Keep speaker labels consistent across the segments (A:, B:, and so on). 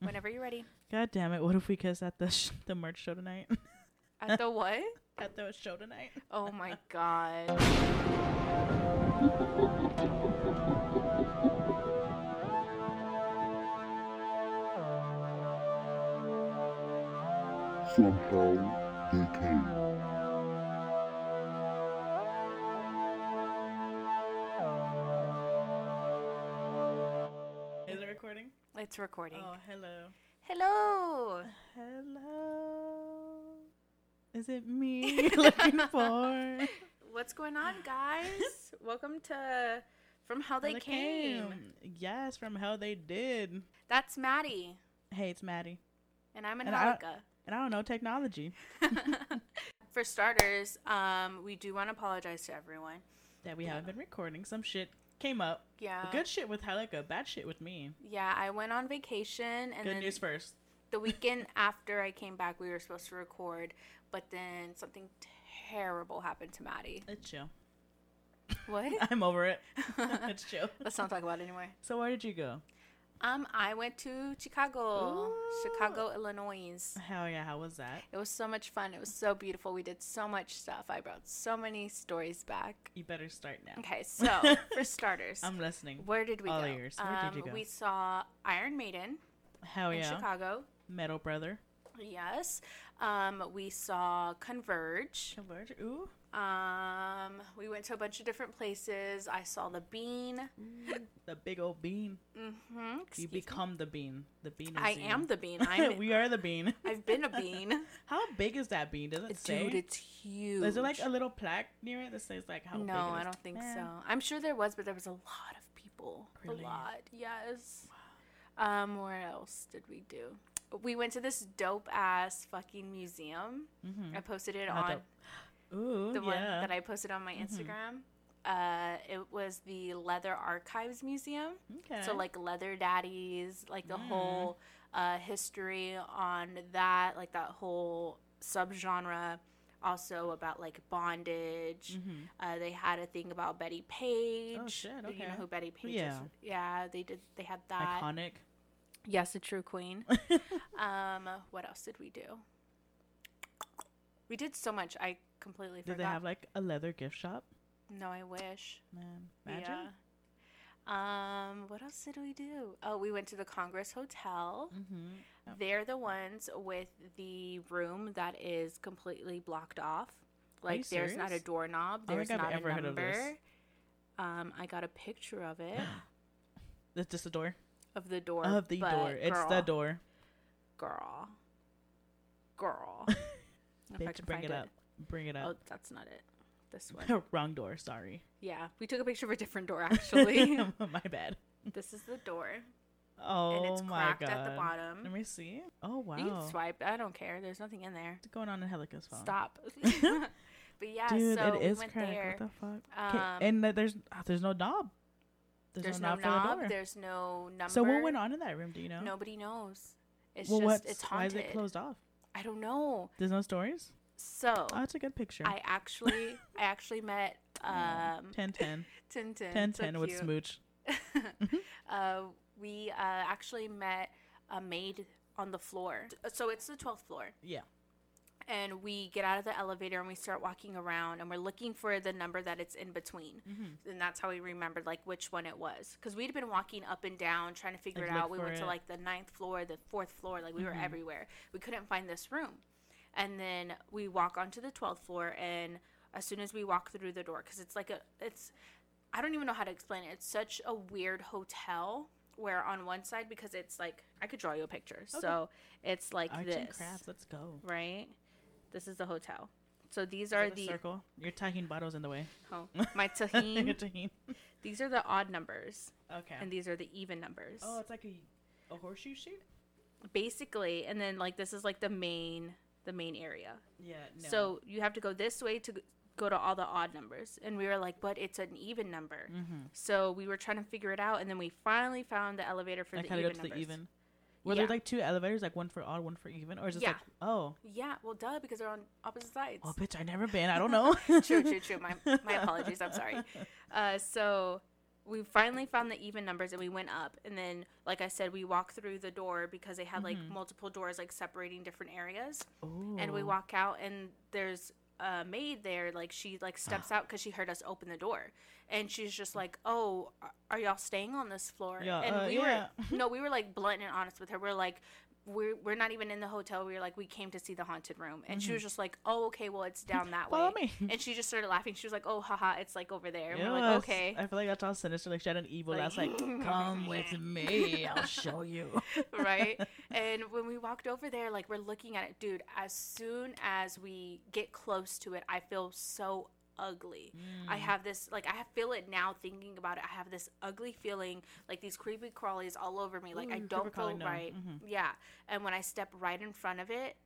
A: Whenever you're ready.
B: God damn it! What if we kiss at the sh- the merch show tonight?
A: At the what?
B: at the show tonight.
A: Oh my god.
C: Somehow they came.
B: Is it recording?
A: It's recording.
B: Oh, hello.
A: Hello.
B: Hello. Is it me you're looking for?
A: What's going on, guys? Welcome to From How They
B: The
A: Came.
B: Came. Yes, from how they did.
A: That's Maddie.
B: Hey, it's Maddie,
A: And I'm an
B: And I-
A: Angelica.
B: and I don't know technology.
A: For starters, um, we do want to apologize to everyone.
B: That we haven't been recording. Some shit came up.
A: Yeah.
B: Good shit with Helica. Bad shit with me.
A: Yeah, I went on vacation and
B: Good
A: then
B: news first.
A: the weekend after I came back, we were supposed to record, but then something terrible happened to Maddie.
B: It's chill.
A: What?
B: I'm over it. it's chill.
A: Let's not talk about it anymore.
B: So where did you go?
A: Um, I went to Chicago,
B: Ooh.
A: Chicago, Illinois.
B: Hell yeah, how was that?
A: It was so much fun. It was so beautiful. We did so much stuff. I brought so many stories back.
B: You better start now.
A: Okay, so for starters,
B: I'm listening.
A: where did we
B: all
A: go?
B: ears. Where did you
A: Um,
B: go?
A: We saw Iron Maiden
B: Hell
A: in
B: yeah.
A: Chicago.
B: Metal Brother.
A: Yes. Um, we saw Converge.
B: Converge. Ooh.
A: Um, we went to a bunch of different places. I saw the bean.
B: The big old bean.
A: Mm-hmm.
B: you become the bean. The bean is
A: I
B: you.
A: am the bean. I'm,
B: we are the bean.
A: I've been a bean.
B: How big is that bean? Does it say?
A: Dude, it's huge.
B: is there like a little plaque near it that says like how big
A: No,
B: it is?
A: I don't think
B: Man.
A: so. I'm sure there was, but there was a lot of people.
B: Really?
A: A lot, yes. Um, where else did we do? We went to this dope ass fucking museum. I posted it
B: How
A: on
B: dope. Mm-hmm. Ooh,
A: the
B: yeah. Mm-hmm.
A: one that I posted on my Instagram. Uh, it was the Leather Archives Museum.
B: okay. Mm.
A: So like leather daddies, like the whole uh, history on that, like that whole subgenre. Also about like bondage.
B: Mm-hmm.
A: Uh, they had a thing about Betty Page.
B: Oh, shit,
A: You know
B: okay.
A: who Betty Page
B: Yeah.
A: is? Yeah, they did. They had that.
B: iconic.
A: Yes, a true queen. um, what else did we do? We did so much. I completely
B: Did
A: forgot.
B: they have like a leather gift shop?
A: no, I wish.
B: Man, imagine.
A: Yeah. Um, what else did we do? Oh, we went to the Congress Hotel.
B: Mm-hmm.
A: They're the ones with the room that is completely blocked off.
B: you
A: Like there's not a
B: serious?
A: doorknob,
B: I don't
A: there's
B: think I've
A: not
B: ever
A: a
B: heard of
A: number.
B: this.
A: Um, I got a picture of it
B: It's just a door.
A: of the door.
B: of the
A: but
B: door. It's the
A: girl,
B: door.
A: Girl. Girl. If I
B: Bitch,
A: can
B: bring it
A: find
B: up. Bring it
A: Oh,
B: up.
A: that's not it. This one.
B: Wrong door. Sorry.
A: Yeah. We took a picture of a different door actually.
B: my bad.
A: this is the door.
B: Oh
A: it's
B: my
A: cracked
B: god.
A: at the bottom.
B: Let me see. Oh wow.
A: You can swipe. I don't care. There's nothing in there.
B: What's going on in Helica's phone?
A: Stop. but yeah,
B: Dude,
A: so
B: it is
A: we went
B: cracked.
A: there.
B: What the fuck? 'Kay,
A: Um,
B: and th- there's ah, there's no knob.
A: There's no knob. there's no number.
B: so what went on in that room? Do you know?
A: Nobody knows. It's
B: well,
A: just
B: what's
A: it's
B: why is
A: haunted.
B: it closed off?
A: I don't know.
B: There's no stories.
A: So
B: Oh, it's a good picture.
A: I actually I actually met um
B: Ten ten.
A: Tintin.
B: Ten
A: so
B: ten with Mm-hmm.
A: cute.
B: smooch.
A: uh, we uh, actually met a maid on the floor. So it's the 12th floor.
B: Yeah.
A: and we get out of the elevator and we start walking around and we're looking for the number that it's in between and that's how we remembered like which one it was because we'd been walking up and down trying to figure
B: Like,
A: it out we
B: look for
A: went to
B: it. Mm-hmm.
A: like the ninth floor the fourth floor like we were everywhere we couldn't find this room and then we walk onto the 12th floor and as soon as we walk through the door because it's like a it's I don't even know how to explain it. It's such a weird hotel where on one side because it's like I could draw you a picture. So it's like
B: Arts
A: this
B: and crafts. Let's go.
A: right? This is the hotel. So these are
B: Is it a
A: the
B: circle. Your tahini bottle's in the way.
A: oh, my
B: Your
A: tahini.
B: tahini.
A: these are the odd numbers,
B: Okay.
A: and these are the even numbers.
B: oh, it's like a a horseshoe shape.
A: Basically, and then like this is like the main the main area.
B: Yeah. No.
A: So you have to go this way to g- go to all the odd numbers, and we were like, but it's an even
B: Mm-hmm.
A: number. So we were trying to figure it out, and then we finally found the elevator for
B: I
A: the
B: kind
A: even
B: of go to
A: numbers.
B: the even. Were there
A: Yeah.
B: like two elevators, like one for odd, one for even, or is it
A: Yeah.
B: like oh,
A: Yeah, well, duh, because they're on opposite sides.
B: oh, bitch, I never been. I don't know.
A: true, true, true. My my apologies. I'm sorry. Uh, so we finally found the even numbers and we went up and then like i said we walked through the door because they had like
B: Mm-hmm.
A: multiple doors like separating different areas and we
B: Ooh.
A: walk out and there's a maid there like she like steps
B: Ah.
A: out because she heard us open the door and she's just like oh a- are y'all staying on this floor
B: Yeah,
A: and
B: uh,
A: we
B: yeah.
A: were no we were like blunt and honest with her we're like we're, we're not even in the hotel we were like we came to see the haunted room and she was
B: Mm-hmm.
A: just like oh okay well it's down that
B: Follow
A: way
B: me.
A: and she just started laughing she was like oh haha it's like over there and we're
B: Yes.
A: like okay
B: I feel like that's all sinister. Like she had an evil
A: Like,
B: that's like, come with me. I'll show you.
A: right? And when we walked over there, like we're looking at it, dude. As soon as we get close to it, I feel so ugly.
B: Mm.
A: I
B: Mm-hmm.
A: have this like I feel it now thinking about it. I have this ugly feeling, like these creepy crawlies all over me. Like I
B: Ooh,
A: don't
B: creepy-crawly,
A: feel
B: no.
A: right.
B: Mhm.
A: Yeah. And when I step right in front of it,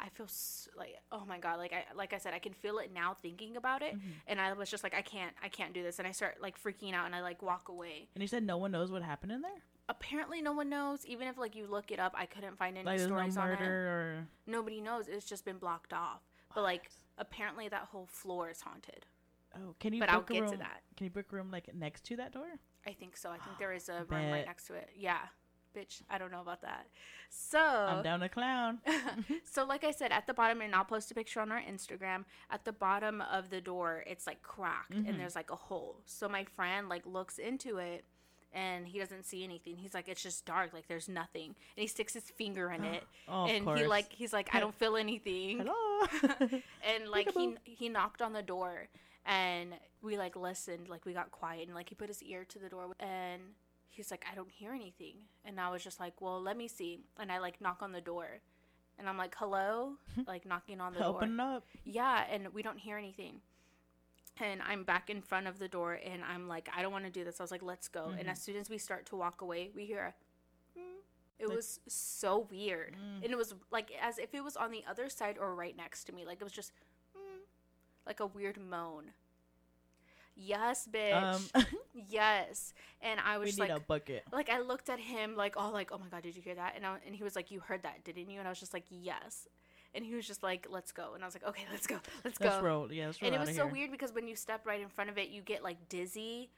A: I feel s like oh my god, like I like I said, I can feel it now thinking about
B: Mm-hmm.
A: it. And I was just like, I can't, I can't do this. And I start like freaking out, and I like walk away
B: And he said no one knows what happened in there.
A: apparently no one knows even if like you look it up i couldn't find any
B: Like there's no
A: stories on it
B: murder
A: nobody knows it's just been blocked off but like apparently that whole floor is haunted
B: or oh, can you?
A: But
B: book
A: I'll
B: a
A: get to
B: room,
A: that.
B: Can you book a room like next to that door?
A: i think so i think there is a room
B: Bet.
A: right next to it yeah bitch i don't know about that so
B: I'm down a clown.
A: so like i said at the bottom and i'll post a picture on our instagram at the bottom of the door it's like cracked
B: Mm-hmm.
A: and there's like a hole so my friend like looks into it and he doesn't see anything he's like it's just dark like there's nothing and he sticks his finger in it
B: Oh, of
A: and he
B: course.
A: like he's like i don't feel anything
B: Hello.
A: and like he he knocked on the door and we like listened like we got quiet and like he put his ear to the door and he's like i don't hear anything and i was just like well let me see and i like knock on the door and i'm like hello like knocking on the door
B: Open up.
A: yeah and we don't hear anything and i'm back in front of the door and i'm like i don't want to do this i was like let's go and as soon as we start to walk away we hear a "Mm." it
B: Like-
A: was so weird
B: Mm.
A: and it was like as if it was on the other side or right next to me like it was just "Mm," like a weird moan yes bitch
B: Um,
A: yes and i
B: we
A: was
B: need
A: just like
B: a bucket.
A: like I looked at him like oh like oh my god did you hear that and I, and he was like you heard that didn't you and I was just like yes and he was just like let's go and I was like okay let's go let's go
B: Let's roll. Yeah, let's roll
A: and it
B: out
A: was
B: of
A: so
B: here.
A: weird because when you step right in front of it you get like dizzy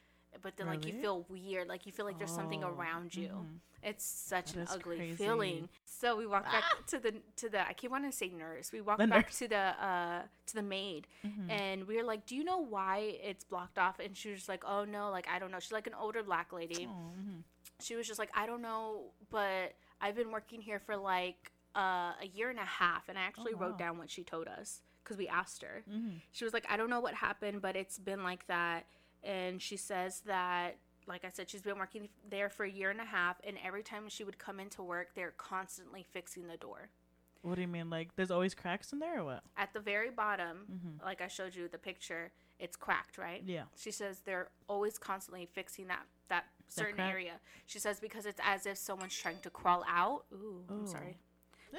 A: but then like you
B: Really?
A: feel weird like you feel like there's something
B: Oh,
A: around you
B: mhm.
A: it's such
B: That
A: an
B: is
A: ugly
B: crazy. Ah!
A: feeling so we walked back to the to the I keep wanting to say nurse we walked
B: The
A: back
B: nurse.
A: to the uh to the maid
B: mm-hmm,
A: and we were like do you know why it's blocked off and she was just like oh no like I don't know she's like an older black lady
B: Oh, mhm.
A: she was just like, I don't know, but I've been working here for like uh, a year and a half. And I actually
B: Oh, wow.
A: wrote down what she told us because we asked her.
B: mm-hmm.
A: She was like, I don't know what happened, but it's been like that. And she says that, like I said, she's been working there for a year and a half. And every time she would come into work, they're constantly fixing the door.
B: What do you mean? Like there's always cracks in there or what? Mm-hmm.
A: At the very bottom, like I showed you the picture, it's cracked, right?
B: Yeah.
A: She says they're always constantly fixing that that certain
B: crack?
A: area. She says because it's as if someone's trying to crawl out. Ooh,
B: Oh.
A: I'm sorry.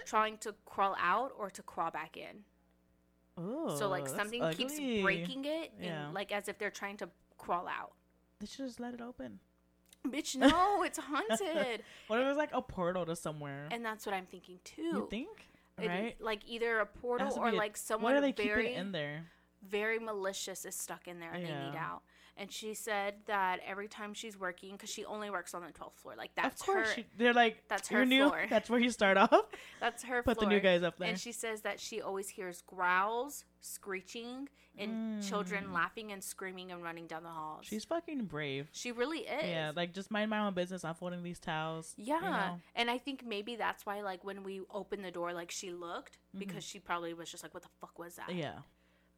A: Trying to crawl out or to crawl back in.
B: Oh.
A: so like
B: that's
A: something keeps
B: ugly.
A: breaking it,
B: Yeah.
A: and like as if they're trying to crawl out.
B: They should just let it open.
A: Bitch, no, it's haunted,
B: What if it was like a portal to somewhere?
A: and that's what I'm thinking too.
B: you think?
A: It-
B: Right?
A: like either a
B: It
A: portal
B: has to
A: or
B: be a-
A: like someone
B: What are they
A: very
B: keeping in there?
A: very malicious is stuck in there and they need
B: Yeah.
A: out. And she said that every time she's working, because she only works on the 12th floor, like that's
B: of course,
A: her.
B: she- they're like
A: that's
B: you're
A: her
B: new.
A: floor."
B: That's where you start off.
A: That's her.
B: Put the
A: floor.
B: new guys up there.
A: And she says that she always hears growls, screeching, and children laughing and screaming and running down the halls.
B: Mm. She's fucking brave.
A: she really is.
B: Yeah, like just mind my own business. I'm folding these towels. you
A: Yeah.
B: know.
A: And I think maybe that's why, like, when we opened the door, like, she looked because she probably was just like, what the fuck was that?
B: Mm-hmm. Yeah.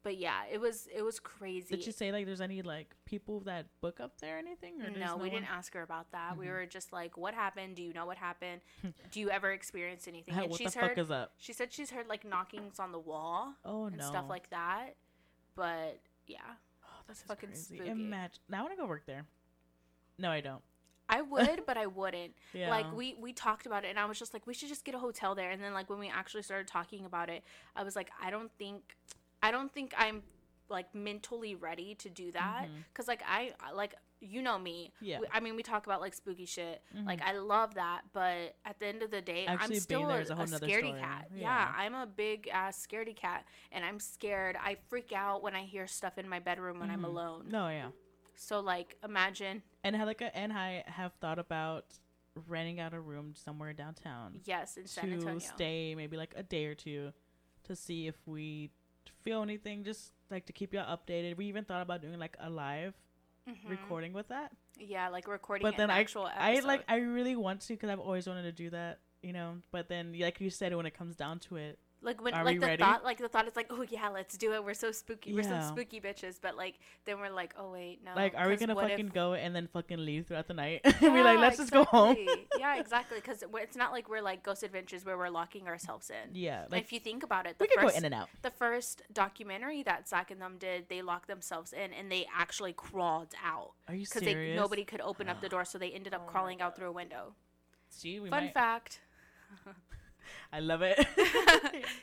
A: But yeah, it was, it was crazy.
B: Did she say like there's any like people that book up there or anything? Or there's
A: No, we
B: one? Mm-hmm.
A: didn't ask her about that. We were just like, "What happened? Do you know what happened? Do you ever experience anything?"
B: Hmm. Hey,
A: And
B: what the
A: she's
B: fuck
A: heard.
B: is up?
A: She said she's heard like knockings on the wall
B: Oh
A: and
B: no.
A: stuff like that. But yeah,
B: oh, that's
A: fucking
B: crazy.
A: spooky.
B: Imagine. Now I want to go work there. No, I don't.
A: I would, but I wouldn't.
B: Yeah.
A: Like we we talked about it, and I was just like, "We should just get a hotel there." And then like when we actually started talking about it, I was like, "I don't think, I don't think I'm." like mentally ready to do that because like i I- like you know me
B: Mm-hmm. Yeah. Mm-hmm.
A: We- i mean we talk about like spooky shit like i love that but at the end of the day
B: Actually
A: i'm
B: being
A: still a,
B: there is a whole
A: a
B: nother
A: scaredy
B: story.
A: cat yeah.
B: Yeah.
A: i'm a big ass scaredy cat and i'm scared
B: Mm-hmm.
A: i freak out when i hear stuff in my bedroom when i'm alone
B: No, yeah.
A: so like imagine
B: And Helika and I have thought about renting out a room somewhere downtown
A: Yes, in San
B: Um, to
A: Antonio.
B: stay maybe like a day or two to see if we feel anything. Just like to keep y'all updated. We even thought about doing like a live
A: Mhm.
B: recording with that,
A: Yeah, like recording
B: but
A: an
B: then I,
A: actual
B: I
A: episode.
B: like I really want to because I've always wanted to do that. You know, but then like you said, when it comes down to it,
A: like when
B: Are
A: like
B: we
A: the
B: ready?
A: thought like the thought is like oh yeah let's do it we're so spooky we're
B: Yeah.
A: some spooky bitches but like then we're like oh wait no
B: like, are we
A: 'cause
B: gonna
A: what if-
B: fucking go and then fucking leave throughout the night? We're like,
A: Yeah,
B: let's just go home.
A: exactly. yeah exactly because it's not like we're like ghost adventures where we're locking ourselves in
B: Yeah,
A: Like,
B: like
A: if you think about it the
B: we could
A: first
B: go in and out.
A: the first documentary that Zach and them did they locked themselves in and they actually crawled out
B: Are you
A: because
B: serious?
A: nobody could open up the door so they ended up crawling out through a window
B: See, we
A: fun
B: might-
A: fact
B: I love it.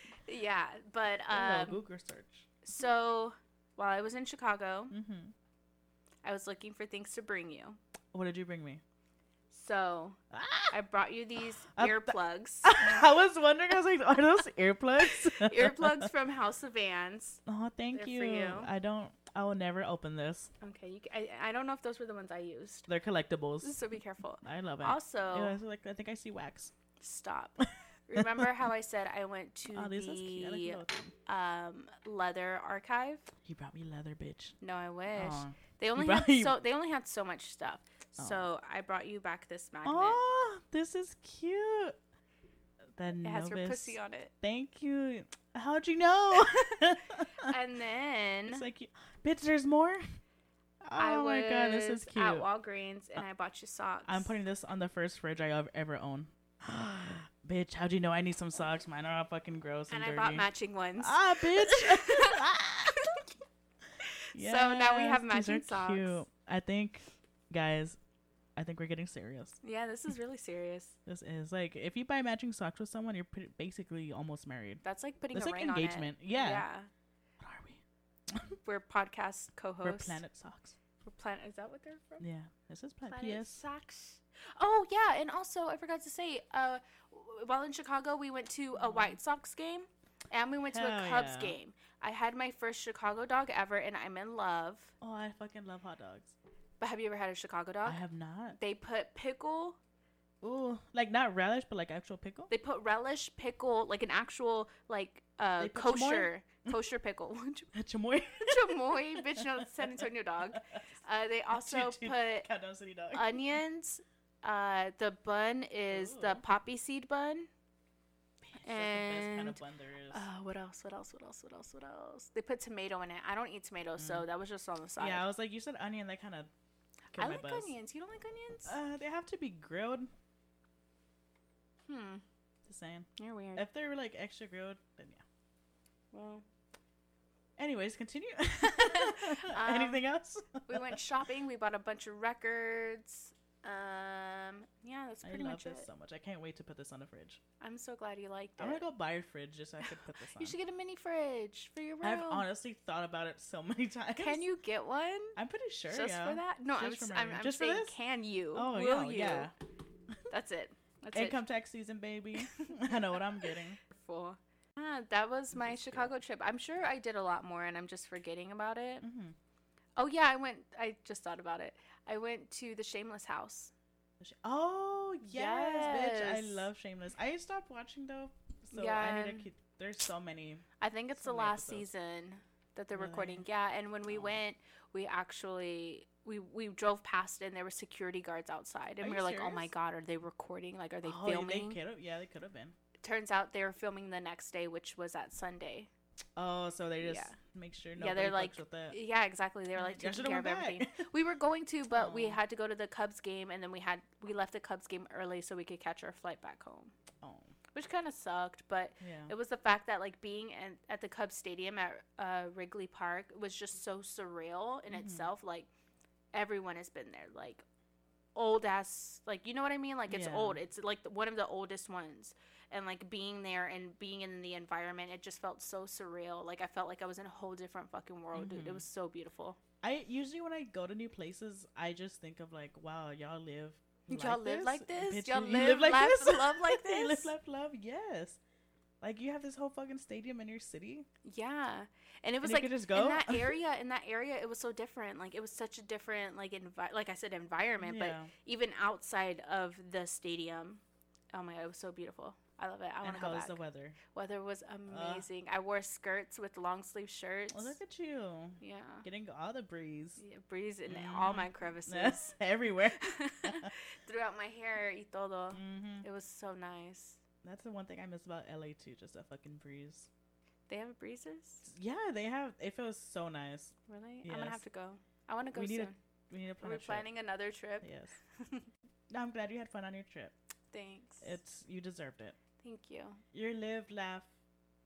A: yeah but
B: Oh,
A: um
B: Google search.
A: so while I was in Chicago
B: hmm
A: I was looking for things to bring you.
B: What did you bring me?
A: So
B: Ah!
A: I brought you these
B: Uh, th-
A: earplugs.
B: I was wondering. I was like, are those earplugs?
A: earplugs from House of Vans.
B: Oh, thank
A: They're for
B: you.
A: you.
B: I don't. I will never open this.
A: Okay, you, ca- I, I don't know if those were the ones I used.
B: They're collectibles.
A: So be careful.
B: I love it.
A: Also,
B: Ew, I feel like I think I see wax.
A: stop. Remember how I said I went to
B: Oh, this is cute. I like the
A: the
B: little thing.
A: um, leather archive?
B: You brought me leather, bitch.
A: No, I wish
B: Aw.
A: they only
B: brought
A: had
B: you-
A: so they only had so much stuff.
B: Oh.
A: So I brought you back this magnet.
B: Oh, this is cute. The
A: it has
B: novice.
A: her pussy on it.
B: Thank you. How'd you know?
A: And then
B: it's like, you- bitch, there's more. Oh
A: I was
B: my god, this is cute. Uh,
A: at Walgreens and I bought you socks.
B: I'm putting this on the first fridge I have ever owned. bitch, how'd you know I need some socks? Mine are all fucking gross and,
A: and I
B: dirty.
A: bought matching ones.
B: ah, bitch.
A: So now we have
B: Yes, these are
A: matching socks.
B: I think, guys, I think we're getting serious.
A: yeah, this is really serious.
B: This is like if you buy matching socks with someone, you're pretty, basically almost married.
A: That's like putting
B: That's
A: a
B: like
A: ring on
B: engagement.
A: it.
B: Yeah. What are we?
A: Yeah. We're podcast co-hosts.
B: We're planet socks.
A: We're planet. Is that what they're from?
B: Yeah, this is planet.
A: Planet
B: PS.
A: socks. Oh yeah, and also I forgot to say, uh, w- while in Chicago, we went to a White Sox game, and we went to a
B: Mm. Hell
A: Cubs
B: yeah.
A: game. I had my first Chicago dog ever, and I'm in love.
B: Oh, I fucking love hot dogs.
A: But have you ever had a Chicago
B: I
A: dog?
B: have not.
A: They put pickle.
B: Ooh, like not relish, but like actual pickle.
A: They put relish pickle, like an actual like uh,
B: They put chamoy?
A: kosher kosher pickle.
B: Chamoy.
A: Chamoy, bitch, no, it's San Antonio dog. Uh, they also
B: Dude, dude,
A: put
B: Countdown City dog.
A: onions. Uh, the bun is the
B: Ooh.
A: poppy seed bun.
B: That's the best kind
A: And
B: of bun there is.
A: uh, what else? What else? What else? What else? What else? They put tomato in it. I don't eat tomatoes, so that was just on the side.
B: Mm. yeah, I was like, you said onion. That kind of.
A: I like onions. You don't like onions?
B: Uh, they have to be grilled.
A: hmm.
B: Just saying.
A: You're weird.
B: If they're like extra grilled, then yeah.
A: well,
B: Anyways, continue.
A: Um,
B: Anything else?
A: we went shopping. We bought a bunch of records. Um, yeah, that's
B: I
A: pretty
B: love
A: much it.
B: this so much. I can't wait to put this on the fridge.
A: I'm so glad you liked it.
B: I'm gonna go buy a fridge just so I could put this on.
A: you should get a mini fridge for your room.
B: I've honestly thought about it so many times.
A: Can you get one?
B: I'm pretty sure.
A: just
B: yeah.
A: for that? No,
B: Just
A: I'm,
B: for
A: s-
B: my
A: I'm,
B: room.
A: I'm
B: Just for
A: saying,
B: this?
A: can you?
B: Oh
A: Will
B: yeah,
A: you?
B: yeah.
A: That's it. That's
B: Income
A: it.
B: tax season, baby. I know what I'm getting.
A: Full. Ah, that was my Chicago trip. I'm sure I did a lot more, and I'm just forgetting about it.
B: Mm-hmm.
A: Oh yeah, I went. I just thought about it. I went to the Shameless house.
B: Oh yes, bitch! I
A: Yes.
B: love Shameless. I stopped watching though, so I need
A: Yeah.
B: to keep. There's so many.
A: I think it's
B: So
A: the
B: many
A: last
B: episodes.
A: season that they're
B: Really?
A: recording. Yeah, and when we
B: Oh.
A: went, we actually we we drove past and there were security guards outside, and
B: Are
A: we were
B: you
A: like, "Oh my
B: serious?
A: god, are they recording? Like, are they
B: oh,
A: filming?"
B: They could have. Yeah, they could have been.
A: Turns out they were filming the next day, which was at Sunday.
B: Oh, so they just
A: Yeah.
B: make sure.
A: yeah, they're like,
B: with that.
A: yeah, exactly. They were
B: Mm,
A: like
B: y'all
A: taking
B: should've
A: care of
B: went back.
A: everything. we were going to, but we
B: Oh.
A: had to go to the Cubs game, and then we had we left the Cubs game early so we could catch our flight back home,
B: Oh,
A: which kind of sucked. But
B: yeah.
A: it was the fact that like being in, at the Cubs stadium at uh, Wrigley Park was just so surreal in
B: Mhm.
A: itself. Like everyone has been there, like old ass, like you know what I mean. Like it's
B: Yeah.
A: old. It's like the- one of the oldest ones. And like being there and being in the environment, it just felt so surreal. Like I felt like I was in a whole different fucking world, dude.
B: Mhm.
A: It was so beautiful.
B: I usually when I go to new places, I just think of like, wow, y'all live.
A: Y'all live like this? Y'all
B: you
A: live, laugh, love like
B: You live,
A: this?
B: laugh, love. Yes. Like you have this whole fucking stadium in your city.
A: Yeah. And it was
B: you
A: like
B: could just
A: in
B: go?
A: that area in that area it was so different. Like it was such a different like envi- like I said environment,
B: Yeah.
A: but even outside of the stadium. Oh my god, it was so beautiful. I love it. I want
B: and
A: to go
B: how is
A: back.
B: the weather?
A: Weather was amazing. I wore skirts with long sleeve shirts.
B: Well, look at you
A: yeah.
B: getting all the breeze
A: yeah. Breeze in
B: Mm.
A: all my crevices.
B: everywhere.
A: Throughout my hair y todo.
B: hmm
A: It was so nice.
B: That's the one thing I miss about LA too, just a fucking breeze.
A: They have breezes?
B: Yeah, they have. It feels so nice.
A: Really? I'm gonna
B: Yes.
A: have to go. I want to go
B: We need
A: soon.
B: a- We need to
A: Are
B: plan
A: we
B: a trip.
A: planning another trip?
B: Yes. No, I'm glad you had fun on your trip.
A: Thanks.
B: It's you deserved it.
A: Thank you.
B: You're live, laugh,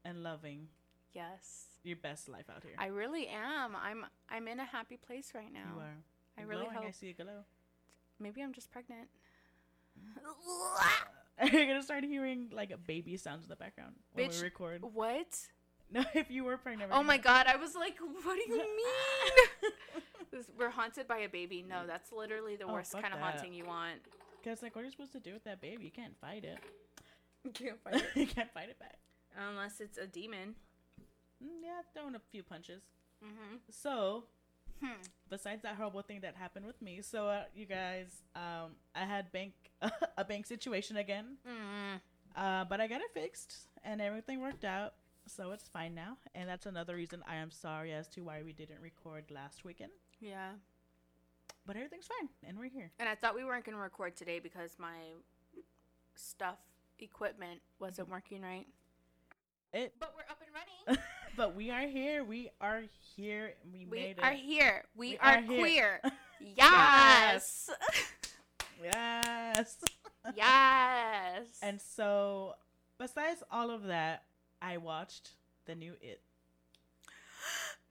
B: and loving
A: Yes.
B: your best life out here.
A: I really am. I'm I'm in a happy place right now.
B: you are.
A: I
B: You're
A: really
B: glowing. I
A: hope
B: see a glow.
A: maybe I'm just pregnant.
B: You're gonna start hearing like baby sounds in the background when
A: Bitch.
B: we record.
A: what?
B: No, if you were pregnant.
A: Oh
B: we're
A: my
B: gonna-
A: god, I was like, what do you mean? This- We're haunted by a baby. No, that's literally the
B: Oh,
A: worst
B: fuck
A: kind of
B: that.
A: haunting you want.
B: Because like, what are you supposed to do with that baby? You can't fight it.
A: Can't
B: you can't fight it back.
A: Unless it's a demon.
B: Mm, Yeah, throwing a few punches.
A: hmm
B: Mm-hmm. So,
A: Hmm.
B: besides that horrible thing that happened with me, so uh, you guys, um, I had bank a bank situation again,
A: Mm.
B: uh, but I got it fixed and everything worked out, so it's fine now. And that's another reason I am sorry as to why we didn't record last weekend,
A: Yeah.
B: but everything's fine and we're here.
A: And I thought we weren't going to record today because my stuff, equipment wasn't
B: Mm-hmm.
A: working right.
B: It,
A: But we're up and running.
B: but we are here. We are here. We,
A: we
B: made it.
A: are here. We,
B: We
A: are,
B: are here.
A: queer. yes.
B: Yes.
A: yes.
B: And so, besides all of that, I watched the new It.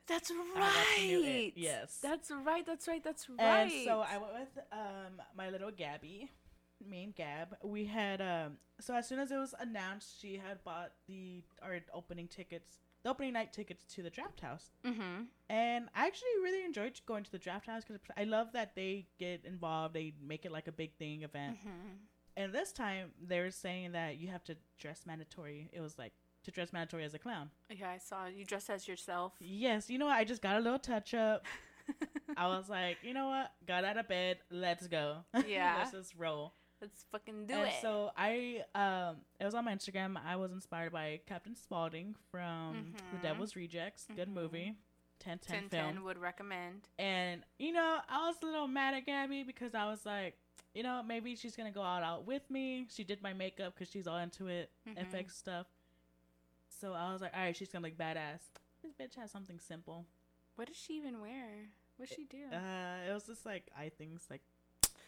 A: that's
B: watched the Oh, new It,
A: right.
B: yes.
A: That's right. That's right. That's right.
B: And so I went with um my little Gabby, me and Gab. We had um so as soon as it was announced, she had bought the our opening tickets, the opening night tickets to the Draft House,
A: Mm-hmm.
B: and I actually really enjoyed going to the Draft House because I love that they get involved. They make it like a big thing event.
A: Mm-hmm.
B: And this time they were saying that you have to dress mandatory. It was like to dress mandatory as a clown.
A: Yeah, I saw you dressed as yourself.
B: Yes, you know what? I just got a little touch up. I was like, you know what? Got out of bed. Let's go.
A: Yeah.
B: let's just roll.
A: Let's fucking do
B: and
A: it.
B: so I, um, it was on my Instagram. I was inspired by Captain Spaulding from The
A: Mhm.
B: Devil's Rejects. Good
A: Mhm.
B: movie. 1010
A: 1010
B: film.
A: would recommend.
B: And, you know, I was a little mad at Gabby because I was like, you know, maybe she's going to go all out with me. She did my makeup because she's all into it,
A: Mhm.
B: FX stuff. So I was like, all right, she's going to look badass. This bitch has something simple.
A: What did she even wear? What did she do?
B: Uh, it was just like eye things, like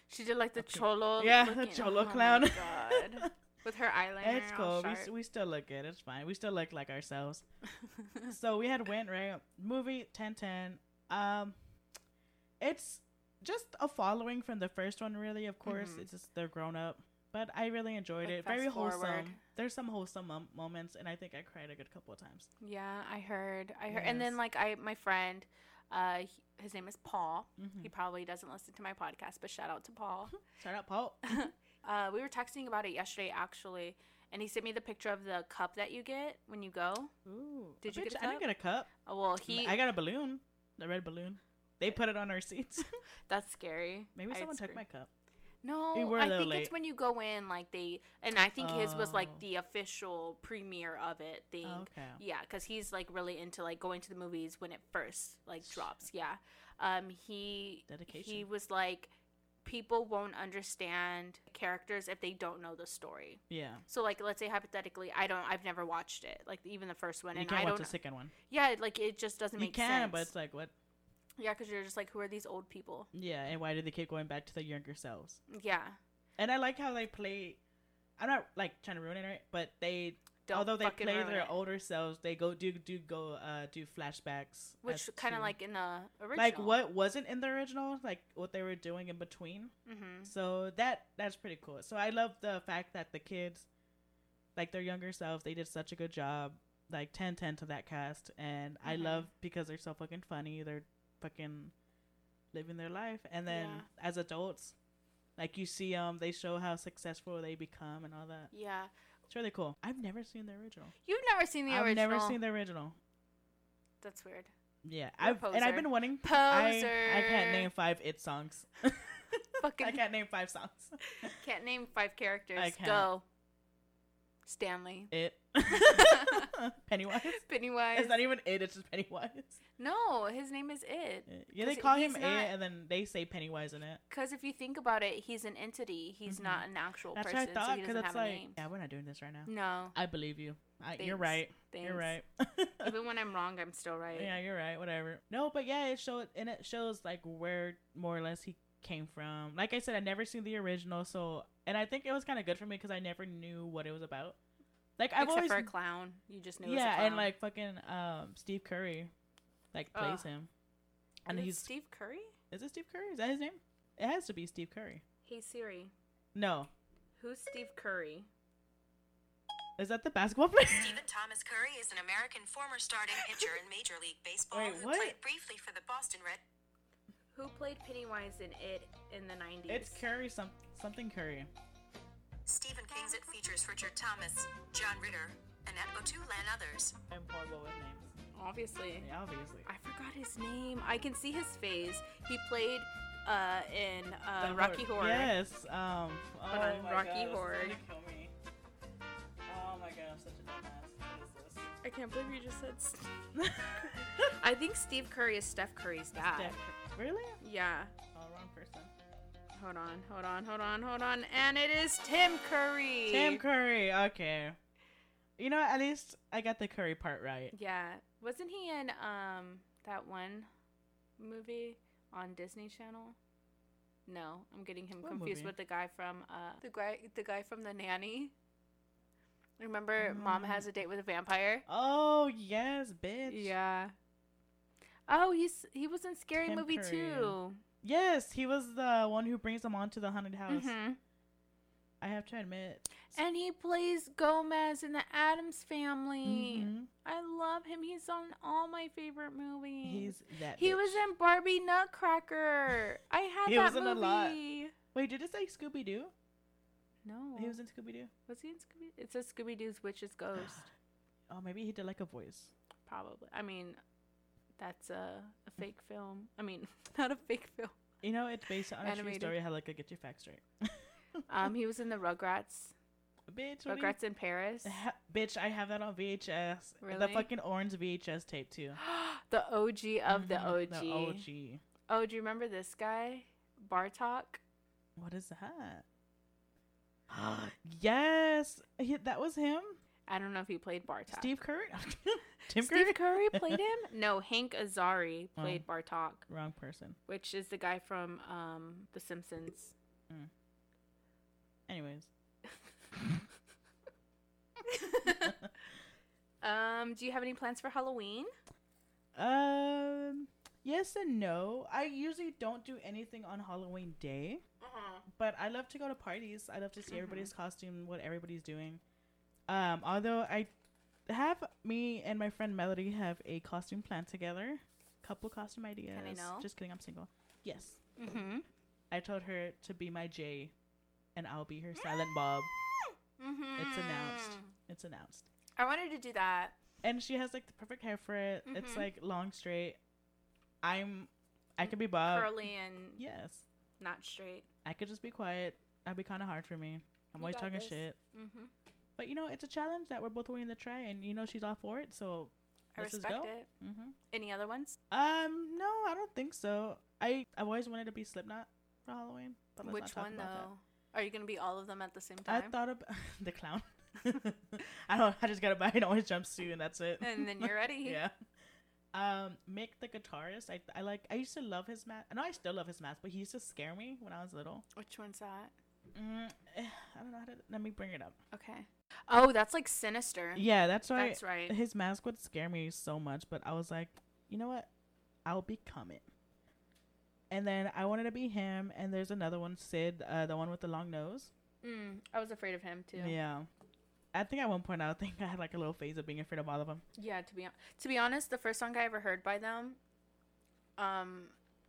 A: she did like the
B: okay.
A: cholo.
B: yeah, the
A: looking-
B: cholo
A: oh my
B: clown.
A: God. With her eyeliner.
B: it's
A: all
B: cool. We, s-
A: sharp.
B: we still look good. It's fine. We still look like ourselves. so we had went right movie ten ten. Um, it's just a following from the first one, really. Of course,
A: Mhm.
B: it's just they're grown up, but I really enjoyed
A: Like
B: it. Very
A: fast
B: wholesome.
A: forward.
B: There's some wholesome mom- moments, and I think I cried a good couple of times.
A: Yeah, I heard. I heard. And then
B: Yes.
A: like I my friend, uh he- his name is Paul.
B: Mhm.
A: He probably doesn't listen to my podcast, but shout out to Paul.
B: Shout out, Paul.
A: uh we were texting about it yesterday actually, and he sent me the picture of the cup that you get when you go.
B: Ooh,
A: Did
B: I
A: you
B: bet
A: get a
B: I didn't get a cup.
A: Oh, well, he
B: I got a balloon. The red balloon. They put it on our seats.
A: that's scary.
B: Maybe
A: I'd
B: someone took
A: scream.
B: my cup.
A: No,
B: We were a
A: I
B: little
A: think it's
B: late.
A: when you go in like they and I think his was like
B: Oh.
A: the official premiere of it thing.
B: okay.
A: Yeah, because he's like really into like going to the movies when it first like drops. Yeah, um, he he
B: Dedication.
A: was like, people won't understand characters if they don't know the story.
B: Yeah.
A: So like, let's say hypothetically, I don't, I've never watched it, like even the first one,
B: You
A: and
B: can't
A: I
B: watch
A: don't.
B: the second one.
A: yeah, like it just doesn't
B: You
A: make
B: can,
A: sense.
B: but it's like what?
A: yeah, because you're just like, who are these old people?
B: Yeah, and why do they keep going back to their younger selves?
A: Yeah,
B: And I like how they play. I'm not like trying to ruin it, right? But they,
A: don't
B: although they
A: fucking
B: play
A: ruin
B: their
A: it.
B: older selves, they go do do go uh do flashbacks,
A: which
B: as
A: kind of
B: to-
A: like in the original,
B: like what wasn't in the original, like what they were doing in between.
A: Mm-hmm.
B: So that that's pretty cool. So I love the fact that the kids, like their younger selves, they did such a good job. Like 10 10 to that cast, and I
A: Mhm.
B: love because they're so fucking funny. They're fucking living their life, and then
A: Yeah.
B: as adults, like you see um they show how successful they become and all that.
A: Yeah,
B: It's really cool. I've never seen the original.
A: You've never seen the
B: I've
A: original.
B: never seen the original.
A: That's weird.
B: Yeah,
A: You're a
B: I've and I've
A: poser.
B: been wanting.
A: Poser.
B: I, I can't name five it songs.
A: Fucking
B: I
A: can't.
B: can't name five songs.
A: name five characters.
B: I can't.
A: Go. Stanley.
B: It. Pennywise.
A: Pennywise.
B: It's not even it. It's just Pennywise.
A: no, his name is it.
B: Yeah, they
A: Because
B: call him
A: he's
B: it,
A: not-
B: and then they say Pennywise in it.
A: Because if you think about it, he's an entity. He's
B: Mhm.
A: not an actual
B: That's
A: person,
B: what I thought.
A: so he
B: Because
A: doesn't
B: it's
A: have
B: like,
A: a name.
B: yeah, we're not doing this right now.
A: No,
B: I believe you. I, you're
A: Thanks.
B: right.
A: thanks.
B: You're right.
A: Even when I'm wrong, I'm still right.
B: yeah, you're right. Whatever. No, but yeah, it showed and it shows like where more or less he came from. Like I said, I never seen the original, so and I think it was kind of good for me because I never knew what it was about. Like I've
A: Except
B: always
A: for a clown, you just knew. it was a
B: yeah,
A: clown.
B: and like fucking um Steve Curry, like plays
A: Ugh.
B: him,
A: and
B: and
A: he's
B: he's
A: Steve Curry.
B: is it Steve Curry? Is that his name? It has to be Steve Curry.
A: Hey Siri,
B: No,
A: who's Steve Curry?
B: is that the basketball player?
D: Stephen Thomas Curry is an American former starting pitcher in Major League Baseball
B: Wait,
D: who
B: what?
D: played briefly for the Boston Red
A: Who played Pennywise in It in the '90s?
B: it's Curry some something Curry.
D: Stephen King's It features Richard Thomas, John Ritter, Annette O'Toole, and others.
B: I'm horrible with names.
A: obviously.
B: Yeah, obviously.
A: I forgot his name. I can see his face. He played uh, in uh,
B: The
A: Rocky
B: hor-
A: Horror.
B: Yes. Um. Oh
A: on
B: my
A: Rocky
B: God, this is
A: Horror.
B: gonna kill me. Oh my god, I'm such a dumbass.
A: I can't believe you just said. St-
B: What is this?
A: I think Steve Curry is Steph Curry's dad.
B: Deck. Really?
A: Yeah.
B: Oh, wrong person.
A: Hold on, hold on, hold on, hold on. And it is Tim Curry.
B: Tim Curry. Okay. You know, at least I got the curry part right.
A: Yeah. Wasn't he in um that one movie on Disney Channel? No, I'm getting him
B: What
A: confused
B: movie?
A: with the guy from uh the guy the guy from the nanny.
B: Mm.
A: Remember mom has a date with a vampire?
B: Oh yes, bitch.
A: Yeah. Oh, he's he was in Scary
B: Tim
A: Movie
B: Curry.
A: too.
B: Yes, he was the one who brings them onto the haunted house.
A: hmm
B: I have to admit.
A: And he plays Gomez in the Adams Family.
B: Mhm.
A: I love him. He's on all my favorite movies.
B: He's that.
A: He was
B: bitch.
A: in Barbie Nutcracker. I had
B: He
A: that
B: was in
A: movie.
B: a lot. Wait, did it say Scooby Doo?
A: No,
B: He was in Scooby Doo.
A: Was he in Scooby? It says Scooby Doo's Witch's Ghost.
B: Oh, maybe he did like a voice.
A: Probably. I mean, that's a, a fake film. I mean, not a fake film.
B: You know, it's based on a true
A: Animated.
B: story. How like I get your facts straight.
A: Um, he was in the Rugrats.
B: Bitch, what do you-
A: Rugrats in Paris.
B: Ha- bitch, I have that on VHS. The
A: Really?
B: fucking orange VHS tape too.
A: the OG of the
B: Mhm,
A: OG.
B: The OG.
A: Oh, do you remember this guy? Bartok.
B: What is that? yes, he, that was him.
A: I don't know if he played Bartok.
B: Steve Curry. Tim
A: Steve Curry
B: Curry.
A: played him. No, Hank Azari
B: Oh.
A: played Bartok.
B: Wrong person.
A: which is the guy from um, The Simpsons.
B: Anyways,
A: um, do you have any plans for Halloween?
B: um, yes and no. I usually don't do anything on Halloween day, but I love to go to parties. I love to see everybody's
A: Mm-hmm.
B: costume, what everybody's doing. Um, although I have me and my friend Melody have a costume plan together, couple costume ideas.
A: know?
B: Just kidding, I'm single. Yes,
A: Mm-hmm.
B: I told her to be my Jay, and I'll be her Silent Bob.
A: Mm-hmm.
B: It's announced. It's announced.
A: I wanted to do that.
B: And she has like the perfect hair for it. It's
A: Mhm.
B: like long straight. I'm, I could be Bob.
A: Curly and
B: Yes,
A: not straight.
B: I could just be quiet. That'd be kind of hard for me.
A: You
B: I'm always
A: got
B: talking
A: this.
B: shit.
A: Mm-hmm.
B: But you know, it's a challenge that we're both willing to try, and you know, she's all for it. So
A: I
B: let's just
A: respect
B: go.
A: it.
B: hmm
A: Any other ones?
B: Um, no, I don't think so. I I've always wanted to be Slipknot for Halloween. But let's
A: Which
B: not talk
A: one though?
B: about that.
A: Are you gonna be all of them at the same
B: I
A: time?
B: thought about the clown. I don't. I just gotta buy an orange jumpsuit, and that's it.
A: and then you're ready.
B: yeah. Um, Mick the guitarist. I I like. I used to love his mask. I know I still love his mask, but he used to scare me when I was little.
A: Which one's that?
B: Mm, eh, I don't know how to. Let me bring it up.
A: Okay. Oh, that's like sinister.
B: Yeah, that's why
A: That's right.
B: his mask would scare me so much. But I was like, you know what? I'll become it. And then I wanted to be him. And there's another one, Sid, uh, the one with the long nose.
A: Mm, I was afraid of him too.
B: Yeah. I think at one point I think I had like a little phase of being afraid of all of them.
A: Yeah, to be hon- to be honest, the first song I ever heard by them, um,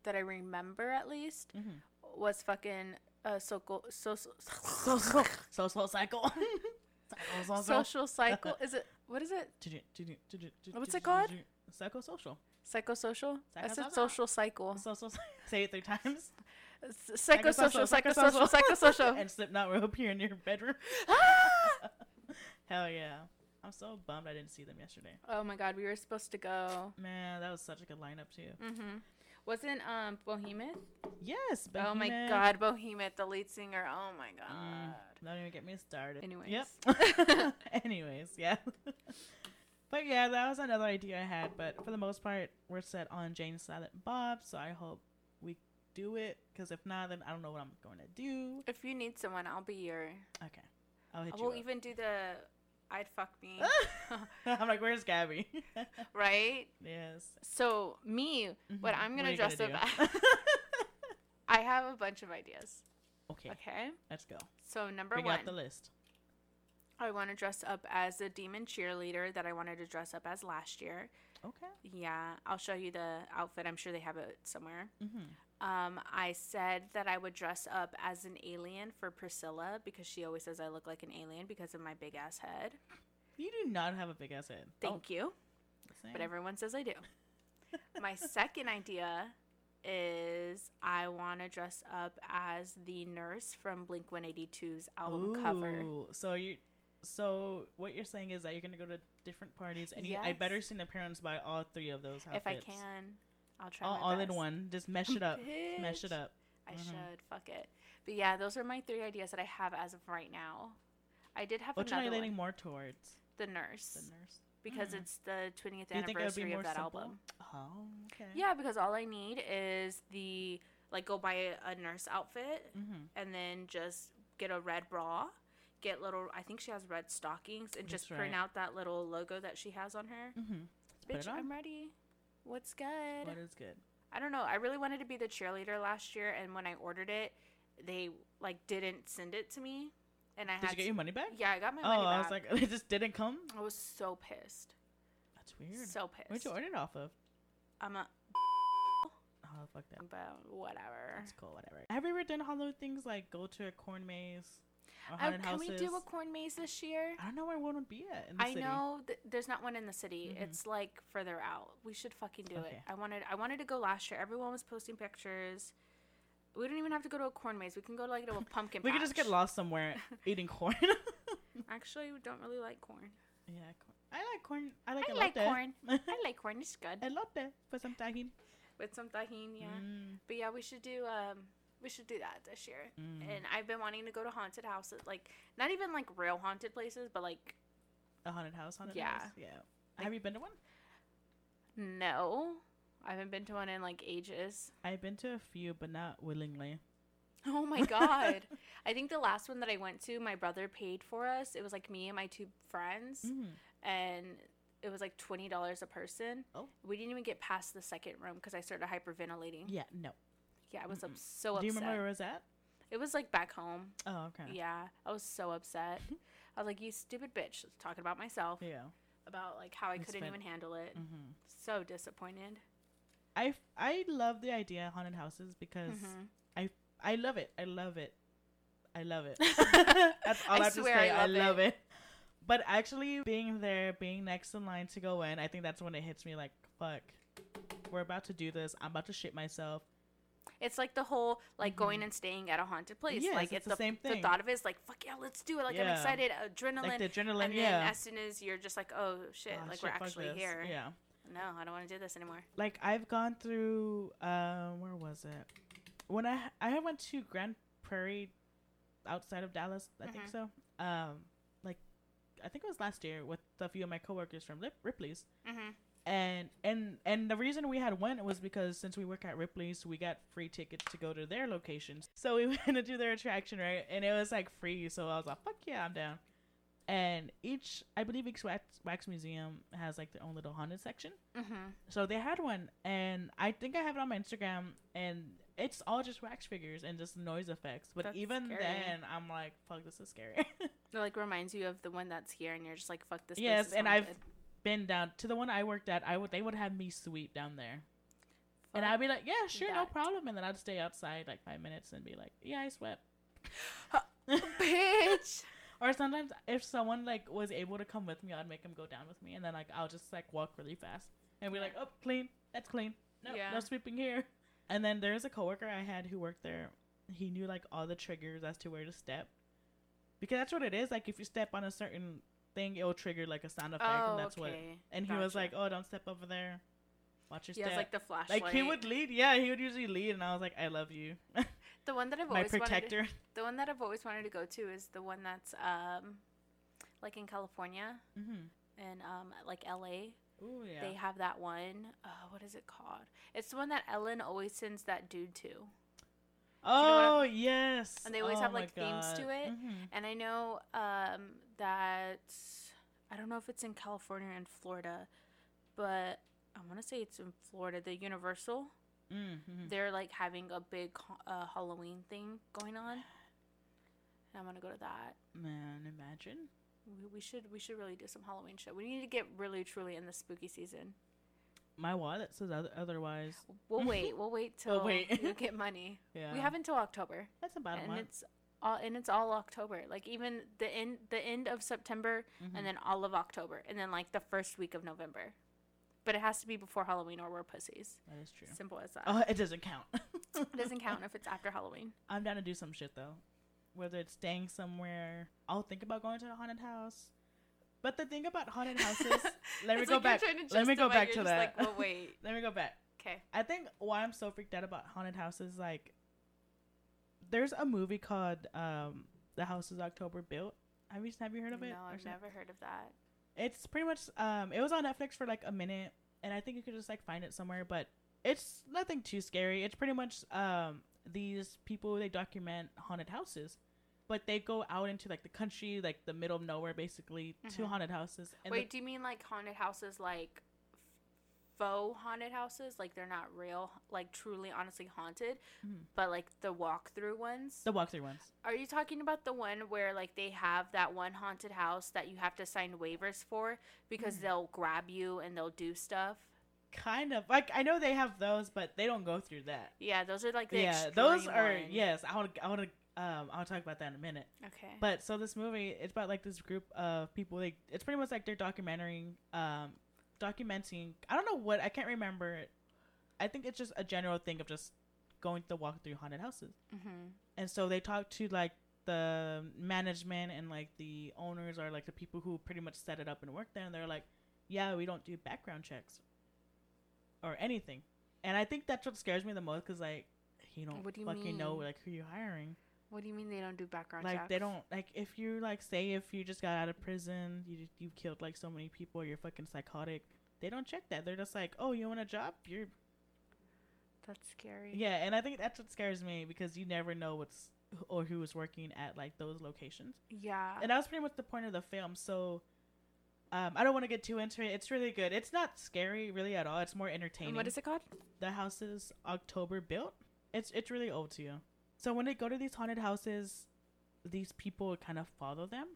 A: that I remember at least,
B: Mhm.
A: was fucking uh, so so so
B: So soul cycle.
A: Social cycle is it? What is it? What's it called?
B: Psychosocial.
A: Psychosocial. I said
B: Psychosocial.
A: social cycle.
B: So, so, say it three times.
A: S- Psychosocial. Psychosocial.
B: psychosocial,
A: Psychosocial.
B: and Slipknot will appear in your bedroom. Hell yeah! I'm so bummed I didn't see them yesterday.
A: Oh my God, we were supposed to go.
B: Man, that was such a good lineup too.
A: hmm Wasn't um Bohemoth?
B: Yes.
A: Oh my
B: Behemoth.
A: God, Bohemoth, the lead singer. Oh my God.
B: Mm, don't even get me started.
A: Anyways.
B: Yep. Anyways, yeah. but yeah, that was another idea I had. But for the most part, we're set on Jane Silent Bob. So I hope we do it. Because if not, then I don't know what I'm going to do.
A: If you need someone, I'll be your.
B: Okay. I'll hit
A: I
B: you.
A: will
B: up. Ah!
A: even do the. I'd fuck me,
B: I'm like, where's Gabby?
A: right?
B: yes.
A: So me, what
B: Mhm.
A: I'm
B: are
A: gonna
B: you
A: dress up.
B: do?
A: As, I have a bunch of ideas.
B: okay,
A: Okay.
B: let's go.
A: So number
B: Bring
A: one,
B: out the list.
A: I want to dress up as a demon cheerleader that I wanted to dress up as last year.
B: Okay.
A: Yeah, I'll show you the outfit. I'm sure they have it somewhere.
B: Mm-hmm.
A: Um, I said that I would dress up as an alien for Priscilla because she always says I look like an alien because of my big ass head.
B: You do not have a big ass head. Oh,
A: Thank you.
B: you.
A: But everyone says I do. my second idea is I want to dress up as the nurse from Blink 182's album cover.
B: Ooh, So you, so what you're saying is that you're gonna go to different parties, and you, I
A: Yes.
B: better see an appearance by all three of those. Outfits.
A: If I can, I'll try.
B: all,
A: my
B: all in
A: best.
B: one, just mesh it up, mesh
A: Bitch.
B: it up.
A: I
B: Mhm.
A: should. Fuck it. But yeah, those are my three ideas that I have as of right now. I did have
B: Which one are
A: another
B: you
A: one,
B: leaning Oh, more towards?
A: the nurse,
B: The nurse.
A: because
B: Mm.
A: it's the 20th
B: Do you think it would be
A: anniversary
B: more
A: of that
B: simple?
A: album.
B: Oh, okay.
A: Yeah, because all I need is the like go buy a, a nurse outfit
B: Mm-hmm.
A: and then just get a red bra, get little. I think she has red stockings, and
B: That's
A: just print
B: right.
A: out that little logo that she has on her.
B: Mm-hmm. Put it
A: Bitch, I'm
B: on.
A: ready. What's good?
B: What is good?
A: I don't know. I really wanted to be the cheerleader last year, and when I ordered it, they like didn't send it to me, and I
B: Did
A: had.
B: you get your money back?
A: yeah, I got my
B: oh,
A: money back.
B: I was like, it just didn't come.
A: I was so pissed,
B: That's weird.
A: so pissed.
B: Where'd you order it off of?
A: I'm a
B: Oh, fuck that.
A: but whatever.
B: It's cool, whatever. Have you ever done Halloween things like go to a corn maze or
A: Oh,
B: haunted
A: can we
B: houses?
A: do a corn maze this year?
B: I don't know where one would be at. In the
A: I
B: city.
A: know th- there's not one in the city.
B: Mhm.
A: It's like further out. We should fucking do it.
B: Okay.
A: I wanted I wanted to go last year. Everyone was posting pictures. We don't even have to go to a corn maze. We can go to like to a pumpkin.
B: We could just get
A: patch.
B: lost somewhere eating corn.
A: Actually, we don't really like corn.
B: yeah, corn. I like corn. I like
A: I
B: a
A: like
B: latte.
A: corn. I like corn. It's good.
B: a latte for some tahini.
A: with some tahini. Yeah,
B: Mm,
A: but yeah, we should do um, we should do that this year.
B: mm.
A: And I've been wanting to go to haunted houses, like not even like real haunted places, but like
B: a haunted house, haunted
A: Yeah.
B: house. Yeah. Have you been to one?
A: no, I haven't been to one in like ages.
B: I've been to a few, but not willingly.
A: Oh my god! I think the last one that I went to, my brother paid for us. It was like me and my two friends,
B: Mm.
A: and it was like twenty dollars a person.
B: Oh.
A: We didn't even get past the second room because I started hyperventilating. Yeah,
B: Yeah, no.
A: I was up
B: Mm-mm.
A: so upset.
B: do you remember where it was at?
A: It was like back home.
B: Oh, okay.
A: Yeah, I was so upset. I was like, "You stupid bitch!" Talking about myself,
B: Yeah.
A: about like how I
B: It's
A: couldn't
B: been-
A: even handle it.
B: Mm-hmm.
A: So disappointed.
B: I, f- I love the idea of haunted houses because
A: Mhm.
B: I love it. I love it. I love it. That's all
A: I
B: I, have
A: swear
B: to
A: I
B: say. I
A: love
B: love, it. But actually, being there, being next in line to go in, I think that's when it hits me like, fuck, we're about to do this. I'm about to shit myself.
A: It's like the whole like going and staying at a haunted place.
B: Mm-hmm. Yes,
A: like
B: it's the same thing.
A: thought of it is like, "Fuck yeah, let's do it!" Like I'm
B: Yeah.
A: excited, adrenaline.
B: Like the adrenaline,
A: and then
B: yeah.
A: as soon as you're just like, "Oh shit!"
B: Ah,
A: like
B: shit,
A: we're
B: fuck
A: actually
B: this.
A: here.
B: Yeah.
A: No, I don't want to do this anymore.
B: Like I've gone through, um, where was it? When I I went to Grand Prairie, outside of Dallas, I think
A: Mhm.
B: so. Um, like I think it was last year with a few of my coworkers from Lip- Ripley's.
A: hmm
B: and and and the reason we had went was because since we work at Ripley's, we got free tickets to go to their locations. So we went to do their attraction, right? And it was like free, so I was like, "Fuck yeah, I'm down." And each, I believe, each wax, wax museum has like their own little haunted section.
A: hmm
B: So they had one, and I think I have it on my Instagram, and it's all just wax figures and just noise effects. But
A: That's
B: even
A: scary.
B: then, I'm like, "Fuck, this is scary."
A: It like reminds you of the one that's here, and you're just like, "Fuck this." place
B: yes,
A: is
B: and I've
A: haunted."
B: been down to the one I worked at. I would they would have me sweep down there. And
A: Fuck.
B: I'd be like, yeah, sure, no
A: that.
B: problem. And then I'd stay outside like five minutes and be like, yeah, I swept.
A: bitch.
B: Or sometimes if someone like was able to come with me, I'd make them go down with me, and then like I'll just like walk really fast and be like, "Oh, clean. That's clean. No,
A: Yeah.
B: no sweeping here." And then there's a coworker I had who worked there. He knew like all the triggers as to where to step, because that's what it is. Like if you step on a certain thing, it'll trigger like a sound effect,
A: Oh,
B: and that's what.
A: okay.
B: And he was
A: Gotcha.
B: like, "Oh, don't step over there. Watch your
A: He has
B: step."
A: like the flashlight.
B: like he would lead, yeah, he would usually lead, and I was like, "I love you,
A: The one that I've
B: my
A: always
B: protector."
A: wanted. To, the one that I've always wanted to go to is the one that's um, like in California
B: Mm-hmm.
A: and um, like L.A.
B: Ooh, yeah.
A: They have that one. Uh, what is it called? It's the one that Ellen always sends that dude to. know what
B: Oh yes.
A: And they always
B: Oh
A: have
B: my
A: like themes to
B: God.
A: it.
B: Mhm.
A: And I know um, that I don't know if it's in California and Florida, but I want to say it's in Florida. The Universal,
B: Mm, mhm.
A: they're like having a big ha- uh, Halloween thing going on. And I want to go to that.
B: Man, imagine.
A: We, we should we should really do some Halloween shit. We need to get really truly in the spooky season.
B: My wallet says oth- otherwise.
A: We'll wait. We'll wait till
B: wait.
A: you get money.
B: Yeah.
A: We have until October.
B: That's about a
A: and
B: month.
A: it's all and it's all October. Like even the end the end of September
B: Mm-hmm.
A: and then all of October and then like the first week of November. But it has to be before Halloween or we're pussies.
B: That is true.
A: Simple as that.
B: Oh, it doesn't count.
A: It doesn't count if it's after Halloween.
B: I'm down to do some shit though. Whether it's staying somewhere, I'll think about going to a haunted house. But the thing about haunted houses, let me
A: It's like
B: go
A: you're
B: back.
A: trying to
B: Let me go
A: justify,
B: back
A: you're just
B: to that.
A: like, well, wait.
B: let me go back.
A: Okay.
B: I think why I'm so freaked out about haunted houses, like, there's a movie called um, "The House Is October Built." Have you have you heard of it? Mm-hmm.
A: No,
B: or
A: I've
B: something?
A: never heard of that.
B: It's pretty much um, it was on Netflix for like a minute, and I think you could just like find it somewhere. But it's nothing too scary. It's pretty much um, these people they document haunted houses, but they go out into like the country, like the middle of nowhere, basically to
A: Mhm.
B: haunted houses. And the-
A: wait, do you mean like haunted houses like f- faux haunted houses? Like they're not real, like truly honestly haunted,
B: Mhm.
A: but like the walkthrough ones?
B: the walkthrough ones.
A: Are you talking about the one where like they have that one haunted house that you have to sign waivers for
B: Mm.
A: because they'll grab you and they'll do stuff?
B: Kind of like I know they have those, but they don't go through that.
A: Yeah, those are like the
B: yeah, those
A: extreme
B: are
A: one.
B: yes. I want to. I want to. Um, I'll talk about that in a minute.
A: Okay.
B: But so this movie, it's about like this group of people. They it's pretty much like they're documenting, um, documenting. I don't know what I can't remember. it. I think it's just a general thing of just going to walk through haunted houses.
A: mm-hmm.
B: And so they talk to like the management and like the owners or like the people who pretty much set it up and work there. And they're like, yeah, we don't do background checks or anything. And I think that's what scares me the most because like you don't
A: What do you
B: fucking know
A: mean?
B: like who you're hiring
A: What do you mean they don't do background
B: like
A: checks?
B: they don't like if you like say if you just got out of prison you you killed like so many people you're fucking psychotic they don't check that they're just like oh you want a job you're
A: That's scary.
B: yeah and i think that's what scares me because you never know what's or who is working at like those locations
A: Yeah.
B: and that was pretty much the point of the film so um i don't want to get too into it it's really good it's not scary really at all it's more entertaining
A: And what is it called?
B: the house is October built. It's it's really old to you. So when they go to these haunted houses, these people kind of follow them,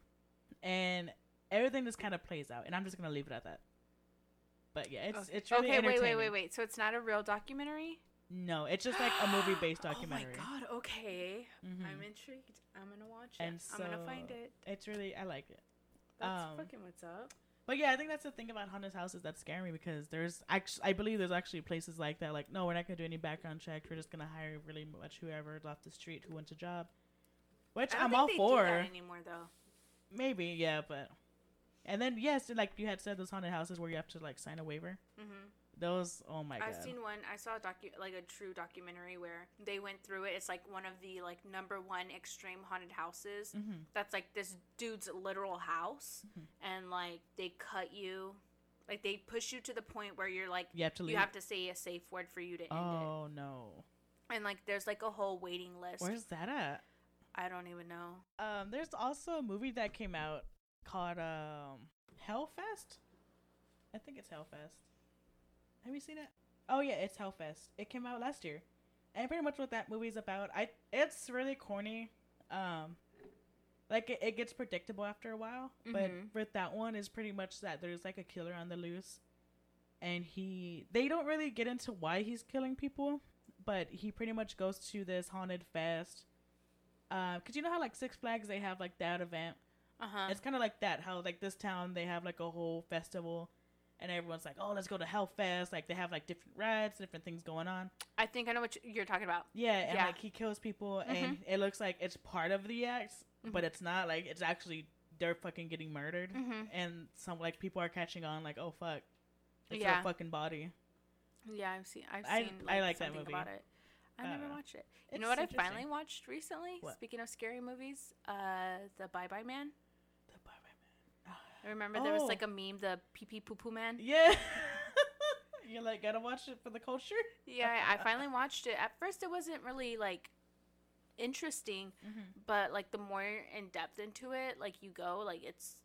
B: and everything just kind of plays out. And I'm just gonna leave it at that. But yeah, it's it's really
A: Oh. okay, wait, wait,
B: entertaining.
A: wait, wait. So it's not a real documentary?
B: No, it's just like a movie based documentary.
A: Oh my god, okay.
B: Mhm.
A: I'm intrigued. I'm going to watch it.
B: And
A: I'm going
B: so-
A: to find it.
B: It's really I like it.
A: That's
B: um,
A: fucking what's up.
B: But yeah, I think that's the thing about haunted houses that scare me because there's actually I believe there's actually places like that. Like, no, we're not gonna do any background checks. We're just gonna hire really much whoever off the street who wants a job. Which
A: I don't
B: I'm
A: think
B: all
A: they
B: for.
A: do that anymore though.
B: Maybe, yeah, but and then yes, like you had said, those haunted houses where you have to like sign a waiver.
A: Mhm.
B: Those, oh my
A: I've
B: god,
A: seen one. I saw a docu like a true documentary where they went through it. It's like one of the like number one extreme haunted houses.
B: Mhm.
A: That's like this dude's literal house,
B: Mm-hmm.
A: and like they cut you, like they push you to the point where you're like
B: you have to leave.
A: you have to say a safe word for you to end
B: oh no,
A: it, and like there's like a whole waiting list.
B: where's that at?
A: I don't even know.
B: Um, there's also a movie that came out called um Hellfest. I think it's Hellfest. Have you seen it? Oh yeah, it's Hellfest. It came out last year, and pretty much what that movie's about. I it's really corny. Um, like it, it gets predictable after a while, but
A: Mhm.
B: with that one is pretty much that there's like a killer on the loose, and he they don't really get into why he's killing people, but he pretty much goes Uh, to this haunted fest because you know how like Six Flags they have like that event.
A: Uh huh.
B: It's kind of like that. How like this town they have like a whole festival, and everyone's like, "Oh, let's go to Hellfest!" Like they have like different rides, different things going on.
A: I think I know what you- you're talking about.
B: Yeah, and
A: Yeah. Mm-hmm.
B: like he kills people, and it looks like it's part of the acts, but it's not. Like it's actually they're fucking getting murdered,
A: Mhm.
B: and some like people are catching on. Like, oh fuck, it's
A: Yeah.
B: a fucking body.
A: Mm-hmm. Yeah, I've seen. I've
B: I-
A: seen. Like,
B: I like that
A: something
B: movie. Uh.
A: About it. I
B: I
A: never
B: dunno.
A: watched it. You
B: It's
A: know what I
B: interesting.
A: finally watched recently?
B: What?
A: Speaking of scary movies, uh, the Bye Bye Man.
B: The Bye Bye
A: I remember there was
B: Oh.
A: like a meme, the pee pee poo poo man.
B: Man. Yeah, you're like gotta watch it for the culture.
A: Yeah,
B: uh,
A: I- I finally watched it. At first, it wasn't really like interesting, but like the more in depth into it, like you go, like it's.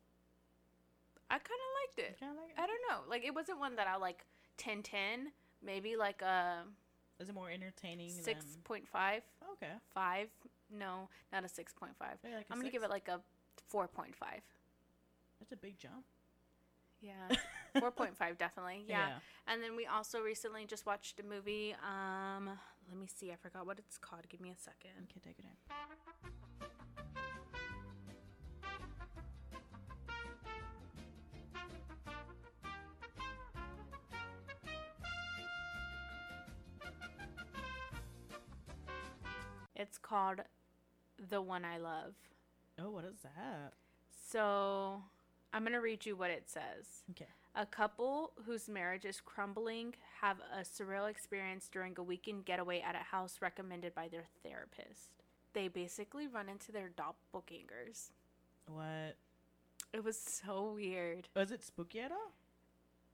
A: I kind of liked it.
B: Kind of like
A: I don't know. Like it wasn't one that I like 10 10, maybe like a
B: it. Is it more entertaining? Six.
A: 6.5,
B: okay.
A: 5. No, not a 6.5.
B: Maybe like a
A: I'm going to give
B: six?
A: it like a 4.5.
B: That's a big jump.
A: Yeah. 4.5 definitely. Yeah.
B: Yeah.
A: And then we also recently just watched a movie um let me see. I forgot what it's called. Give me a second.
B: Okay, take it in.
A: It's called The One I Love.
B: Oh, what is that?
A: So, I'm going to read you what it says.
B: Okay.
A: A couple whose marriage is crumbling have a surreal experience during a weekend getaway at a house recommended by their therapist. They basically run into their doppelgangers.
B: What?
A: It was so weird.
B: Was it spooky at all?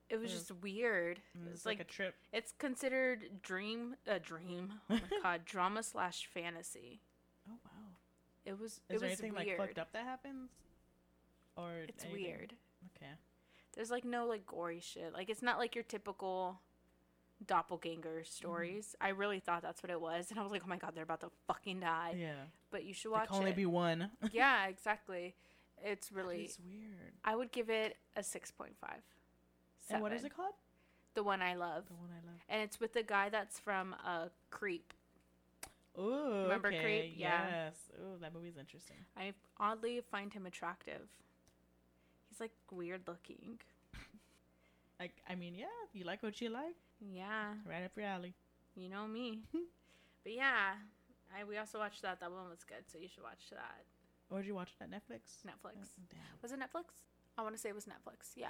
A: It was
B: Mm.
A: just weird.
B: Mm,
A: Hmm. It's
B: It's
A: like,
B: like a trip.
A: it's considered dream a dream. Oh my god, drama slash fantasy.
B: Oh wow.
A: It was
B: Is
A: it
B: there
A: was
B: anything
A: weird.
B: like fucked up that happens? Or
A: It's
B: anything?
A: weird.
B: Okay.
A: There's like no like gory shit. Like it's not like your typical
B: Mm-hmm.
A: doppelganger stories. I really thought that's what it was, and I was like, oh my god, they're about to fucking die.
B: yeah.
A: But you should
B: There
A: watch
B: can only
A: it.
B: be one.
A: yeah, exactly. It's really.
B: It's weird.
A: I would give it a six point five.
B: And what is it called?
A: The one I love,
B: The one I love.
A: and it's with the guy that's from uh, Creep.
B: Ooh.
A: Remember
B: okay,
A: Creep? Yeah.
B: Yes. Ooh, that movie's interesting.
A: I oddly find him attractive. He's like weird looking.
B: Like I mean, yeah, you like what you like,
A: Yeah,
B: right up your alley.
A: you know me. but yeah, I we also watched that. That one was good, so you should watch that.
B: Or did you watch it at Netflix?
A: Netflix.
B: Oh, damn.
A: Was it Netflix? I want to say it was Netflix. Yeah.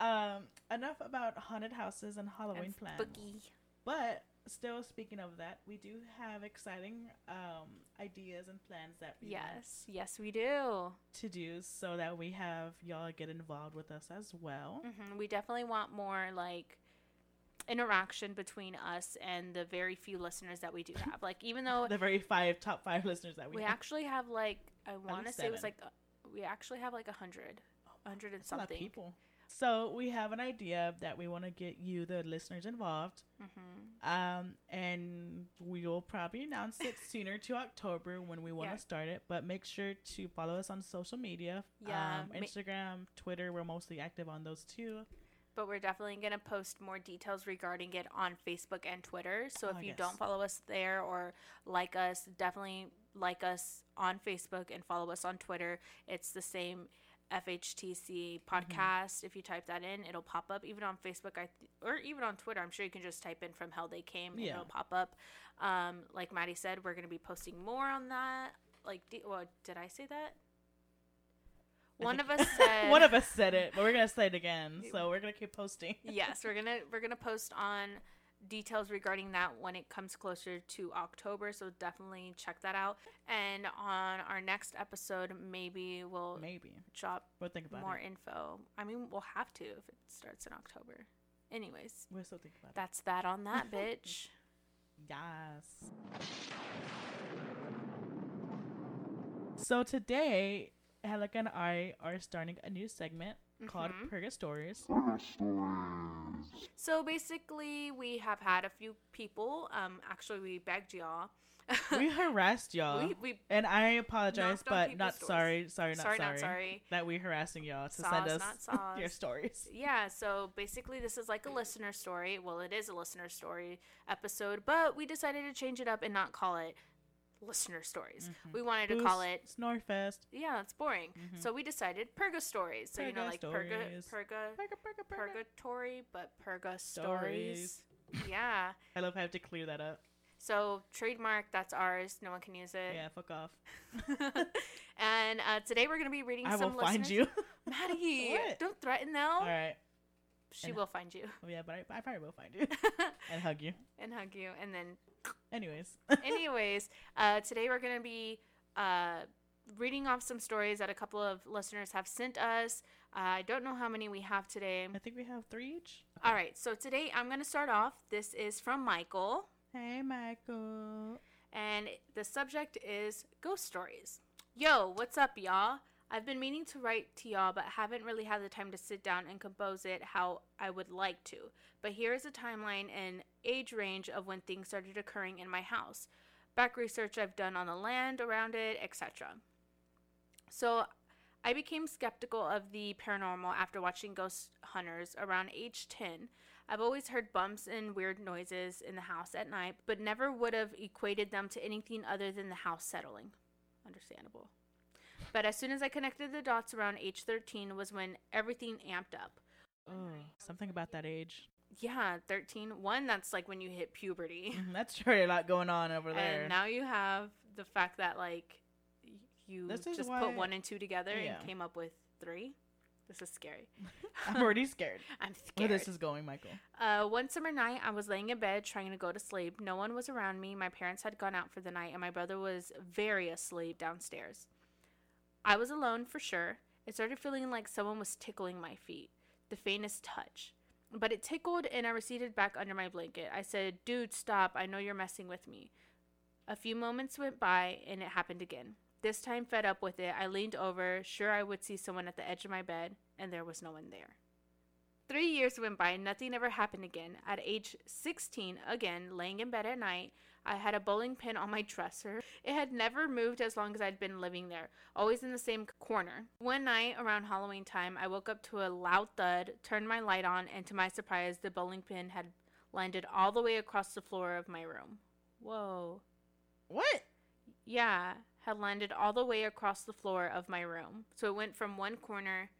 B: Um, enough about haunted houses and Halloween
A: And
B: plans.
A: Spooky.
B: But still, speaking of that, we do have exciting um, ideas and plans that we want
A: Yes. Yes, we do.
B: to do so that we have y'all get involved with us as well.
A: hmm We definitely want more like interaction between us and the very few listeners that we do have. Like even though
B: The very five top five listeners that we,
A: we
B: have.
A: actually have like I want to
B: least
A: say it was
B: seven.
A: like uh, we actually have like a hundred, a hundred and
B: That's a lot of
A: something.
B: people. So we have an idea that we want to get you, the listeners, involved,
A: Mm-hmm.
B: um, and we will probably announce it sooner to October when we want to
A: Yeah.
B: start it. But make sure to follow us on social media,
A: Yeah,
B: um,
A: ma-
B: Instagram, Twitter. We're mostly active on those two.
A: But we're definitely gonna post more details regarding it on Facebook and Twitter. So if
B: Oh,
A: you
B: yes.
A: don't follow us there or like us, definitely like us on Facebook and follow us on Twitter. It's the same FHTC
B: Mm-hmm.
A: podcast. If you type that in, it'll pop up. Even on Facebook, I th- or even on Twitter, I'm sure you can just type in "From Hell They Came" and
B: Yeah.
A: it'll pop up. Um, like Maddie said, we're gonna be posting more on that. Like, d well, did I say that? One of us said
B: One of us said it, but we're gonna say it again. So we're gonna keep posting.
A: yes, we're gonna we're gonna post on details regarding that when it comes closer to October. So definitely check that out. And on our next episode, maybe we'll
B: Maybe
A: drop
B: we'll think about
A: more
B: it.
A: info. I mean, we'll have to if it starts in October. Anyways,
B: We'll still think about
A: that's that on that, bitch.
B: it. Yes. So today, Halleck and I are starting a new segment called Purga Stories.
C: Horror stories.
A: Mm-hmm. So basically, we have had a few people. Um, actually, we begged y'all.
B: we harassed y'all.
A: We- we
B: and I apologize,
A: knocked on
B: but
A: people's
B: not
A: doors.
B: sorry, Uh, sorry, not
A: Sorry,
B: sorry,
A: not sorry.
B: that we harassing y'all to
A: Sauce,
B: send us
A: not sauce.
B: your stories.
A: Yeah, so basically, this is like a listener story. Well, it is a listener story episode, but we decided to change it up and not call it listener stories.
B: Mm-hmm.
A: We wanted to call it
B: Snorefest.
A: yeah, that's boring. So we decided Perga stories. So you know,
B: Mm-hmm. Perga
A: like Perga,
B: stories.
A: Perga,
B: Burger, burger, burger.
A: Purgatory, but Perga stories. yeah.
B: I love how I have to clear that up.
A: So trademark, that's ours. No one can use it.
B: Yeah, fuck off.
A: and uh, today we're gonna be reading
B: I will
A: some listeners.
B: find you.
A: Maddie.
B: What?
A: Don't threaten them.
B: All right.
A: She
B: And-
A: will find you
B: Oh, yeah, but I, I probably will find you and hug you.
A: and hug you. And then,
B: Anyways.
A: anyways, uh, today we're gonna be uh, reading off some stories that a couple of listeners have sent us. Uh, I don't know how many we have today.
B: I think we have three each.
A: All right, so today I'm going to start off. This is from Michael,
B: Hey, Michael.
A: and the subject is ghost stories. Yo, what's up, y'all? I've been meaning to write to y'all, but haven't really had the time to sit down and compose it how I would like to. But here is a timeline and age range of when things started occurring in my house, back research I've done on the land around it, etc. So I became skeptical of the paranormal after watching Ghost Hunters around age 10. I've always heard bumps and weird noises in the house at night, but never would have equated them to anything other than the house settling. Understandable. But as soon as I connected the dots around age 13 was when everything amped up.
B: Oh, something about that age.
A: Yeah, 13. One, that's like when you hit puberty.
B: Mhm, That's sure a lot going on over there.
A: And now you have the fact that like y- you
B: This is
A: just
B: why-
A: put one and two together
B: Yeah.
A: and came up with three. This is scary.
B: I'm already scared.
A: I'm
B: Where
A: scared.
B: this is going, Michael.
A: Uh, one summer night, I was laying in bed trying to go to sleep. No one was around me. My parents had gone out for the night, and my brother was very asleep downstairs. I was alone for sure. It started feeling like someone was tickling my feet, the faintest touch. But it tickled, and I receded back under my blanket. I said, Dude, stop. I know you're messing with me. A few moments went by, and it happened again. This time, fed up with it, I leaned over, sure I would see someone at the edge of my bed, and there was no one there. Three years went by and nothing ever happened again. At age 16, again, laying in bed at night, I had a bowling pin on my dresser. It had never moved as long as I'd been living there, always in the same corner. One night around Halloween time, I woke up to a loud thud, turned my light on, and to my surprise, the bowling pin had landed all the way across the floor of my room. Whoa.
B: What?
A: Yeah, had landed all the way across the floor of my room. So it went from one corner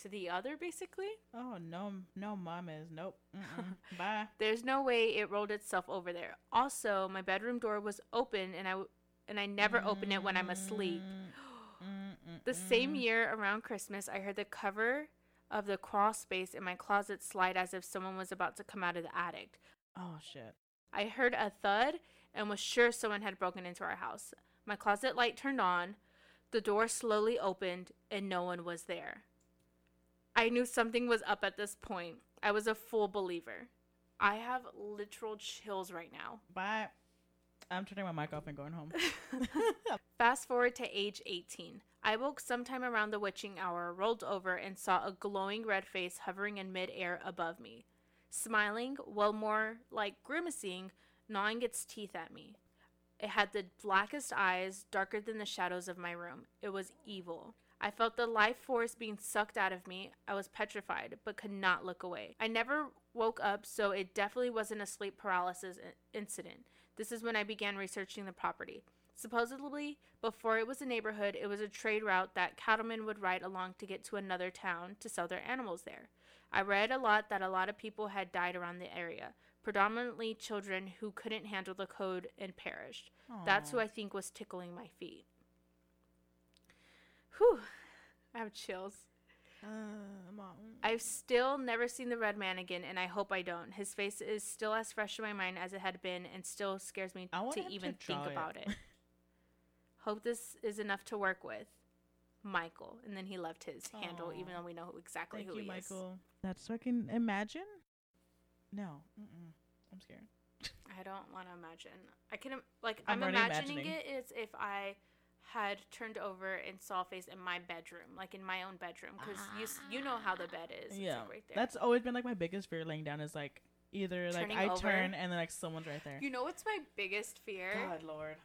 A: to the other, basically.
B: Oh, no, no, mamas. Nope. Mm-mm. Bye.
A: There's no way it rolled itself over there. Also, my bedroom door was open and I w- and I never open it when I'm asleep. The same
B: Mm.
A: year around Christmas, I heard the cover of the crawl space in my closet slide as if someone was about to come out of the attic.
B: Oh, shit.
A: I heard a thud and was sure someone had broken into our house. My closet light turned on, the door slowly opened, and no one was there. I knew something was up at this point. I was a full believer. I have literal chills right now.
B: Bye. I'm turning my mic off and going home.
A: Fast forward to age 18. I woke sometime around the witching hour, rolled over, and saw a glowing red face hovering in midair above me, smiling, well, more like grimacing, gnawing its teeth at me. It had the blackest eyes, darker than the shadows of my room. It was evil. I felt the life force being sucked out of me. I was petrified, but could not look away. I never woke up, so it definitely wasn't a sleep paralysis i- incident. This is when I began researching the property. Supposedly, before it was a neighborhood, it was a trade route that cattlemen would ride along to get to another town to sell their animals there. I read a lot that a lot of people had died around the area, predominantly children who couldn't handle the code and perished. That's who I think was tickling my feet. Whew, I have chills.
B: Uh, mom.
A: I've still never seen the red man again, and I hope I don't. His face is still as fresh in my mind as it had been, and still scares me
B: I want
A: to
B: him to
A: even
B: draw
A: think
B: it.
A: about it. Hope this is enough to work with. Michael. And then he left his handle, even
B: Aw.
A: though we know who, exactly
B: Thank
A: who
B: you,
A: he is.
B: Michael. That's fucking imagine. No, Mm-mm. I'm scared.
A: I don't want to imagine. I can im- like
B: I'm
A: I'm,
B: already
A: imagining,
B: imagining.
A: it as if I had turned over and saw a face in my bedroom, like in my own bedroom, because you s- you know how the bed is. It's,
B: yeah,
A: like, right there.
B: Ah. that's always been like my biggest fear laying down is like either like
A: Turning
B: I
A: over.
B: turn and then like someone's right there.
A: you know what's my biggest fear?
B: God, Lord.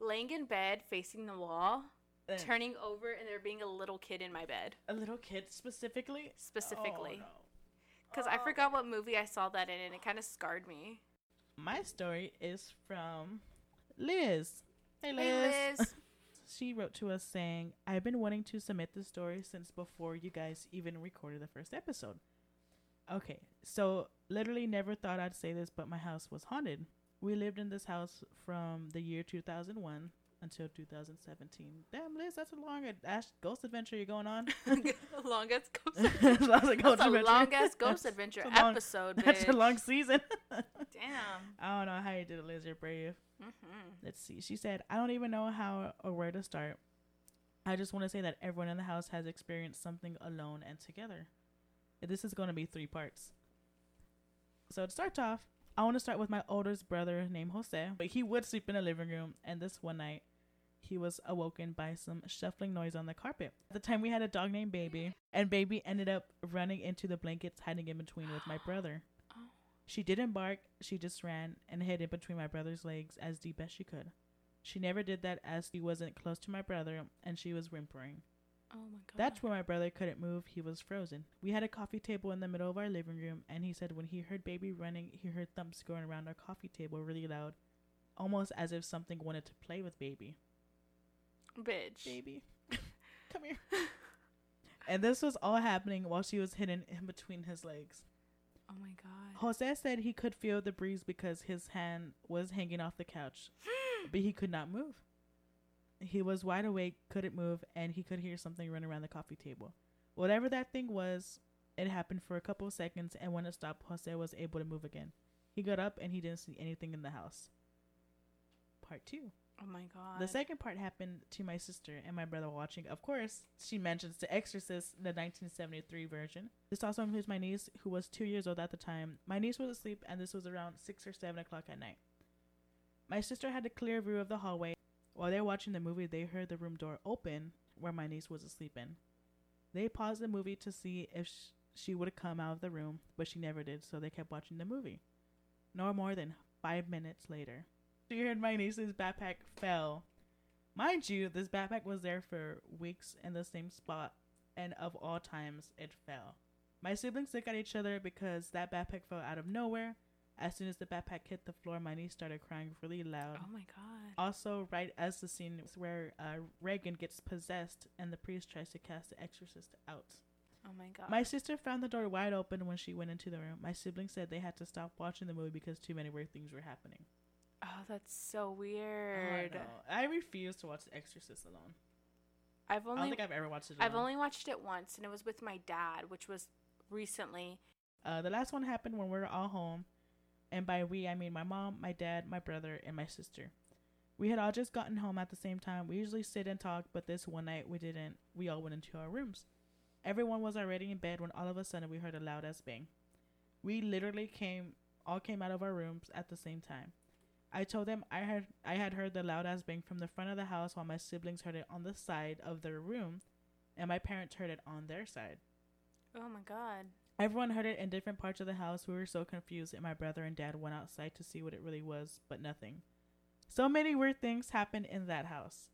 A: Laying in bed facing the wall,
B: Uh,
A: turning over, and there being a little kid in my bed
B: a little kid specifically.
A: specifically.
B: Oh, no.
A: Because
B: Oh.
A: I forgot what movie I saw that in, and it kind of scarred me.
B: My story is from Liz. Hey Liz.
A: Hey, Liz.
B: She wrote to us saying, I've been wanting to submit this story since before you guys even recorded the first episode. Okay, so literally never thought I'd say this, but my house was haunted. We lived in this house from the year 2001 until 2017. Damn, Liz, that's a long a- ash ghost adventure you're going on.
A: longest ghost
B: That's
A: adventure.
B: a ghost
A: That's a
B: adventure.
A: longest ghost
B: That's
A: adventure
B: a long-
A: episode,
B: That's a
A: bitch.
B: long season.
A: Damn.
B: I don't know how you did it, Liz. You're brave.
A: Mm-hmm.
B: Let's see. She said, I don't even know how or where to start. I just want to say that everyone in the house has experienced something alone and together. This is going to be three parts. So to start off, I want to start with my oldest brother named Jose. But he would sleep in the living room, and this one night, he was awoken by some shuffling noise on the carpet. At the time, we had a dog named Baby, and Baby ended up running into the blankets, hiding in between with my brother. She didn't bark, she just ran and hid in between my brother's legs as deep as she could. She never did that as he wasn't close to my brother and she was whimpering.
A: Oh my god.
B: That's where my brother couldn't move, he was frozen. We had a coffee table in the middle of our living room and he said when he heard baby running, he heard thumps going around our coffee table really loud, almost as if something wanted to play with baby.
A: bitch.
B: Baby, come here. And this was all happening while she was hidden in between his legs.
A: Oh my god.
B: Jose said he could feel the breeze because his hand was hanging off the couch, but he could not move. He was wide awake, couldn't move, and he could hear something run around the coffee table. Whatever that thing was, it happened for a couple of seconds, and when it stopped, Jose was able to move again. He got up and he didn't see anything in the house. Part two.
A: Oh my god.
B: The second part happened to my sister and my brother watching. Of course, she mentions The Exorcist, the 1973 version. This also includes my niece, who was two years old at the time. My niece was asleep, and this was around six or seven o'clock at night. My sister had a clear view of the hallway. While they were watching the movie, they heard the room door open where my niece was asleep in. They paused the movie to see if sh- she would come out of the room, but she never did, so they kept watching the movie. No more than five minutes later, she heard my niece's backpack fell. Mind you, this backpack was there for weeks in the same spot, and of all times, it fell. My siblings looked at each other because that backpack fell out of nowhere. As soon as the backpack hit the floor, my niece started crying really loud.
A: Oh my god.
B: Also, right as the scene is where uh, Reagan gets possessed and the priest tries to cast the exorcist out.
A: Oh my god.
B: My sister found the door wide open when she went into the room. My siblings said they had to stop watching the movie because too many weird things were happening.
A: oh, that's so
B: Oh,
A: weird.
B: no. I refuse to watch The Exorcist alone.
A: I've
B: I don't
A: only
B: think I've ever watched it alone.
A: I've only watched it once, and it was with my dad, which was recently.
B: Uh, the last one happened when we were all home, and by we I mean my mom, my dad, my brother, and my sister. We had all just gotten home at the same time. We usually sit and talk, but this one night we didn't. We all went into our rooms. Everyone was already in bed when all of a sudden we heard a loud ass bang. We literally came all came out of our rooms at the same time. I told them I heard I had heard the loud ass bang from the front of the house while my siblings heard it on the side of their room and my parents heard it on their side.
A: Oh my god.
B: Everyone heard it in different parts of the house. We were so confused, and my brother and dad went outside to see what it really was, but nothing. So many weird things happened in that house.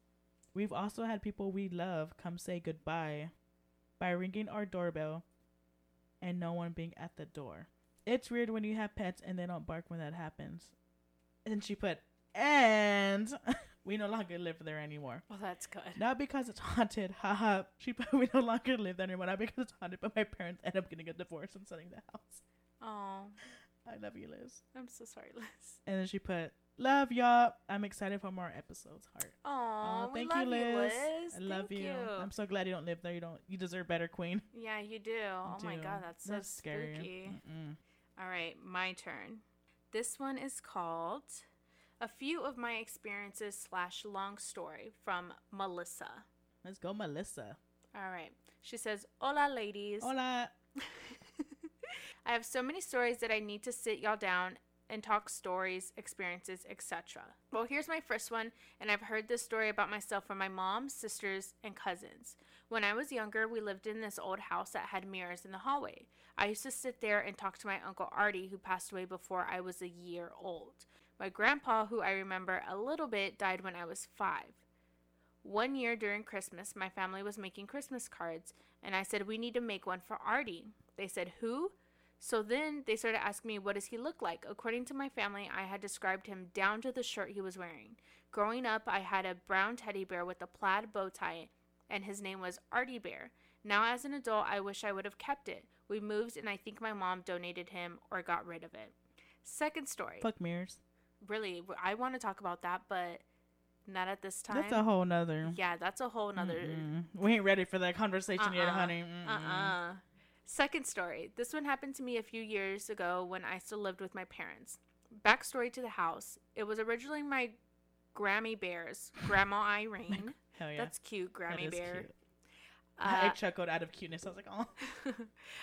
B: We've also had people we love come say goodbye by ringing our doorbell and no one being at the door. It's weird when you have pets and they don't bark when that happens. And she put, and we no longer live there anymore.
A: Well, that's good.
B: Not because it's haunted, haha. She we no longer live there anymore. Not because it's haunted, but my parents end up getting a divorce and selling the house.
A: Oh,
B: I love you, Liz.
A: I'm so sorry, Liz.
B: And then she put, "Love y'all. I'm excited for more episodes." Heart.
A: Oh,
B: Aw,
A: we love you, Liz.
B: I love
A: Thank
B: you. I'm so glad you don't live there. You don't. You deserve better, Queen.
A: Yeah, you do.
B: You
A: oh my
B: do. Mm.
A: god, that's so spooky.
B: Mm-mm.
A: All right, my turn. This one is called "A Few of My Experiences Slash Long Story" from Melissa.
B: Let's go, Melissa.
A: All right, she says, "Hola, ladies.
B: Hola.
A: I have so many stories that I need to sit y'all down and talk stories, experiences, etc. Well, here's my first one, and I've heard this story about myself from my mom, sisters, and cousins. When I was younger, we lived in this old house that had mirrors in the hallway. I used to sit there and talk to my uncle Artie, who passed away before I was a year old. My grandpa, who I remember a little bit, died when I was five. One year during Christmas, my family was making Christmas cards, and I said, We need to make one for Artie. They said, Who? So then they started asking me, What does he look like? According to my family, I had described him down to the shirt he was wearing. Growing up, I had a brown teddy bear with a plaid bow tie, and his name was Artie Bear. Now, as an adult, I wish I would have kept it. We moved, and I think my mom donated him or got rid of it. Second story.
B: Fuck mirrors.
A: Really, w- I want to talk about that, but not at this time.
B: That's a whole nother.
A: yeah, that's a whole nother.
B: Mm-mm. We ain't ready for that conversation yet,
A: Uh-uh.
B: honey. Uh-uh.
A: Uh-uh. Second story. This one happened to me a few years ago when I still lived with my parents. Backstory to the house. It was originally my Grammy Bear's Grandma Irene.
B: Hell yeah.
A: That's cute,
B: Oh That
A: Grammy
B: is
A: Bear.
B: cute. I
A: Uh,
B: chuckled out of cuteness. I was like, oh.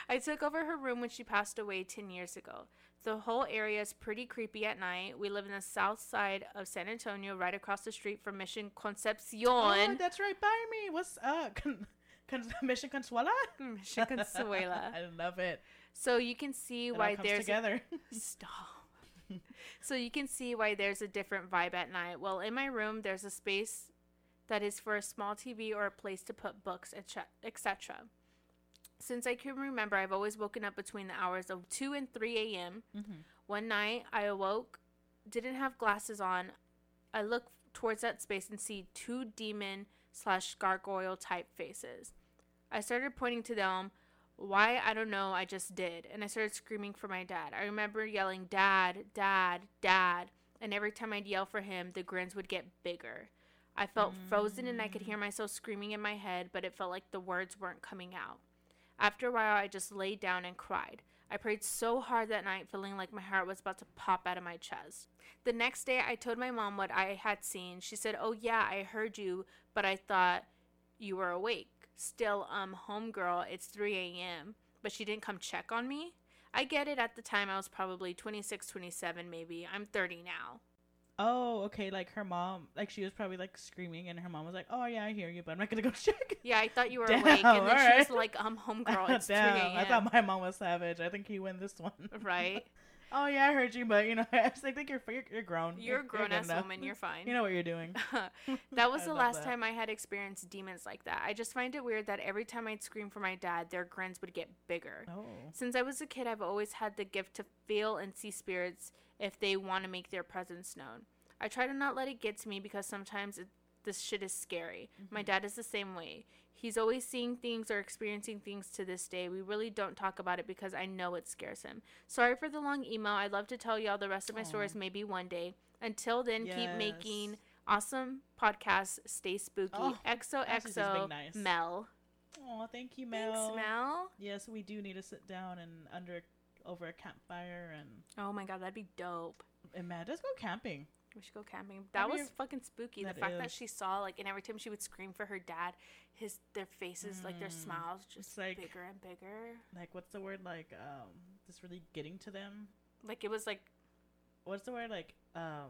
A: I took over her room when she passed away 10 years ago. The whole area is pretty creepy at night. We live in the south side of San Antonio, right across the street from Mission Concepcion.
B: oh. That's right by me. What's up? Con- Con- Mission Consuela?
A: Mission Consuela.
B: I love it.
A: So you can see
B: It all
A: why
B: comes
A: there's a
B: together.
A: Stop. so you can see why there's a different vibe at night. Well, in my room, there's a space that is for a small TV or a place to put books, etc. etc. Since I can remember, I've always woken up between the hours of 2 and 3 a.m. One night, I awoke, didn't have glasses on. I look towards that space and see two demon slash gargoyle type faces. I started pointing to them. Why, I don't know, I just did. And I started screaming for my dad. I remember yelling, Dad, Dad, Dad. And every time I'd yell for him, the grins would get bigger. I felt frozen and I could hear myself screaming in my head, but it felt like the words weren't coming out. After a while, I just laid down and cried. I prayed so hard that night, feeling like my heart was about to pop out of my chest. The next day, I told my mom what I had seen. She said, Oh, yeah, I heard you, but I thought you were awake. Still, um, homegirl, it's 3 a.m., but she didn't come check on me. I get it at the time, I was probably 26, 27, maybe. I'm 30 now.
B: oh, okay. Like her mom, like she was probably like screaming, and her mom was like, oh, yeah, I hear you, but I'm not going to go check.
A: Yeah, I thought you were
B: Damn,
A: awake. And then she was
B: alright.
A: like, um, homegirl, it's 3
B: Damn,
A: a.m.
B: I thought my mom was savage. I think he won this one.
A: right?
B: oh yeah, I heard you, but you know, I was like, think you're you're, you're grown.
A: You're a
B: good
A: grown ass
B: enough.
A: woman. You're fine.
B: You know what you're doing.
A: that was
B: I
A: the
B: love
A: last
B: that.
A: time I had experienced demons like that. I just find it weird that every time I'd scream for my dad, their grins would get bigger.
B: Oh,
A: Since I was a kid, I've always had the gift to feel and see spirits if they want to make their presence known. I try to not let it get to me because sometimes it, this shit is scary. My dad is the same way. He's always seeing things or experiencing things to this day. We really don't talk about it because I know it scares him. Sorry for the long email. I'd love to tell y'all the rest of my stories maybe one day. Until then, keep
B: Yes.
A: making awesome podcasts. Stay spooky.
B: Oh, she's just being
A: XOXO
B: nice.
A: Mel.
B: oh, thank you, Mel.
A: Thanks, Mel.
B: Yes, we do need to sit down and under over a campfire and
A: Oh my god, that'd be dope.
B: and Matt, let's go camping.
A: We should go camping. That
B: Maybe
A: was
B: if-
A: fucking spooky. The
B: That
A: fact that
B: is.
A: she saw like, and every time she would scream for her dad, his their faces, like their smiles, just
B: Mm. like-
A: bigger and bigger.
B: Like, what's the word? Like, um, just really getting to them.
A: Like it was like
B: What's the word? Like, um,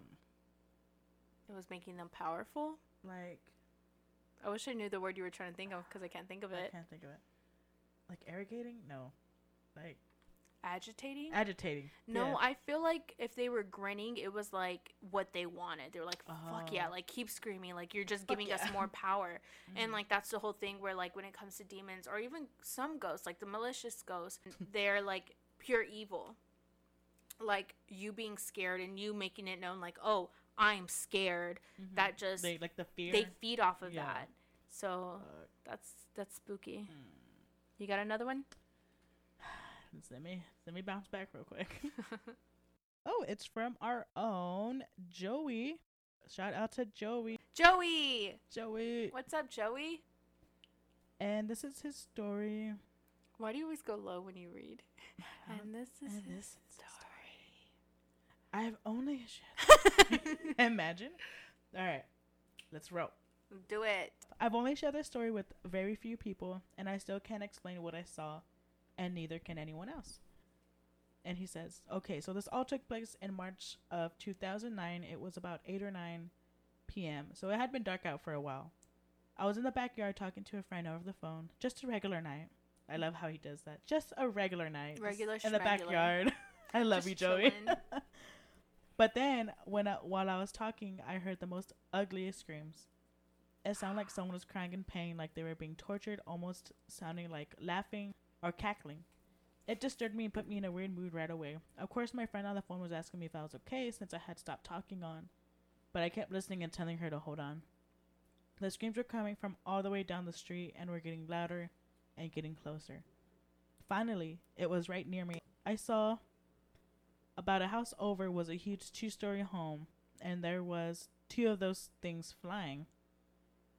A: it was making them powerful.
B: like
A: I wish I knew the word you were trying to think of because I can't think of
B: I
A: it.
B: can't think of it. Like irrigating? No. Like
A: Agitating.
B: agitating.
A: no,
B: Yeah.
A: I feel like if they were grinning, it was like what they wanted. They were like, "Fuck yeah!"
B: Oh.
A: Like keep screaming. Like you're just
B: Fuck
A: giving us
B: yeah.
A: more power. And
B: Mm-hmm.
A: like that's the whole thing where like when it comes to demons or even some ghosts, like the malicious ghosts, they're like pure evil. Like you being scared and you making it known, like, "Oh, I'm scared." That just
B: Mm-hmm. they
A: they,
B: like the fear.
A: feed off of
B: Yeah.
A: that. So
B: Fuck. Hmm.
A: that's that's spooky. You got another one?
B: Let me let me bounce back real quick. oh, it's from our own Joey. Shout out to Joey.
A: Joey.
B: Joey.
A: What's up, Joey?
B: And this is his story.
A: Why do you always go low when you read? And this is
B: and
A: his
B: this is the
A: story.
B: I have only imagine. All right, let's roll.
A: Do it.
B: I've only shared this story with very few people, and I still can't explain what I saw, and neither can anyone else. And he says, okay, so this all took place in March of 2009. It was about 8 or 9 p.m., so it had been dark out for a while. I was in the backyard talking to a friend over the phone, just a regular night. I love how he does that. Just a regular night. just
A: Regular
B: In the
A: schmegular.
B: backyard. I love
A: Just
B: you, Joey.
A: chillin'.
B: But then, when I, while I was talking, I heard the most ugliest screams. It sounded like someone was crying in pain, like they were being tortured, almost sounding like laughing or cackling. It disturbed me and put me in a weird mood right away. Of course, my friend on the phone was asking me if I was okay since I had stopped talking on but I kept listening and telling her to hold on. The screams were coming from all the way down the street and were getting louder and getting closer. Finally, it was right near me. I saw about a house over was a huge two-story home and there was two of those things flying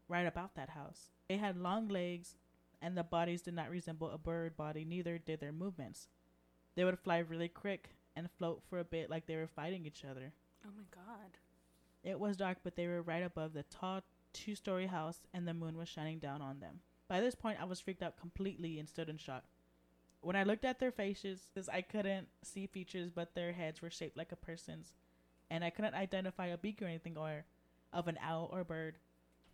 B: right about that house. They had long legs and the bodies did not resemble a bird body neither did their movements. They would fly really quick and float for a bit like they were fighting each other.
A: Oh my god.
B: It was dark, but they were right above the tall two story house, and the moon was shining down on them. By this point, I was freaked out completely and stood in shock. When I looked at their faces, 'cause I couldn't see features, but their heads were shaped like a person's, and I couldn't identify a beak or anything or of an owl or bird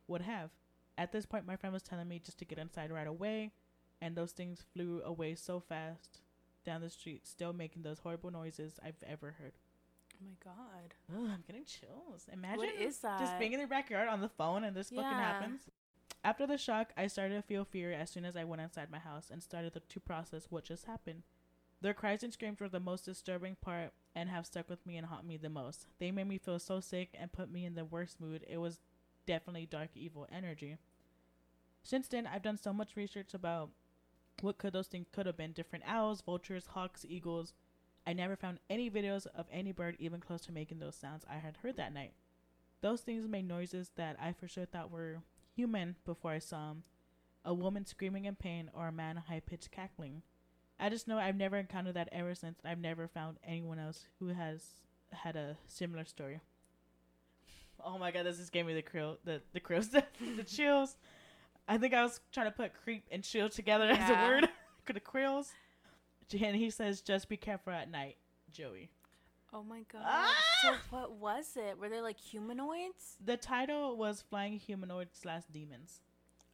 B: would have. At this point, my friend was telling me just to get inside right away, and those things flew away so fast down the street, still making those horrible noises I've ever heard.
A: Oh my god.
B: Ugh, I'm getting chills. Imagine
A: is
B: just
A: that?
B: being in their backyard on the phone and this fucking
A: Yeah.
B: happens. After the shock, I started to feel fear as soon as I went inside my house and started to- to process what just happened. Their cries and screams were the most disturbing part and have stuck with me and haunt me the most. They made me feel so sick and put me in the worst mood. It was definitely dark evil energy. Since then, I've done so much research about what could those things could have been different owls, vultures, hawks, eagles. I never found any videos of any bird even close to making those sounds I had heard that night. Those things made noises that I for sure thought were human before I saw 'em. A woman screaming in pain or a man high pitched cackling. I just know I've never encountered that ever since. I've never found anyone else who has had a similar story. Oh my god, this just gave me the krill, the the krill stuff, the chills. I think I was trying to put creep and chill together as a
A: Yeah.
B: word. the krills. And he says, "Just be careful at night, Joey."
A: Oh my god. So
B: Ah!
A: what was it? Were they like humanoids?
B: The title was "Flying Humanoid Slash Demons."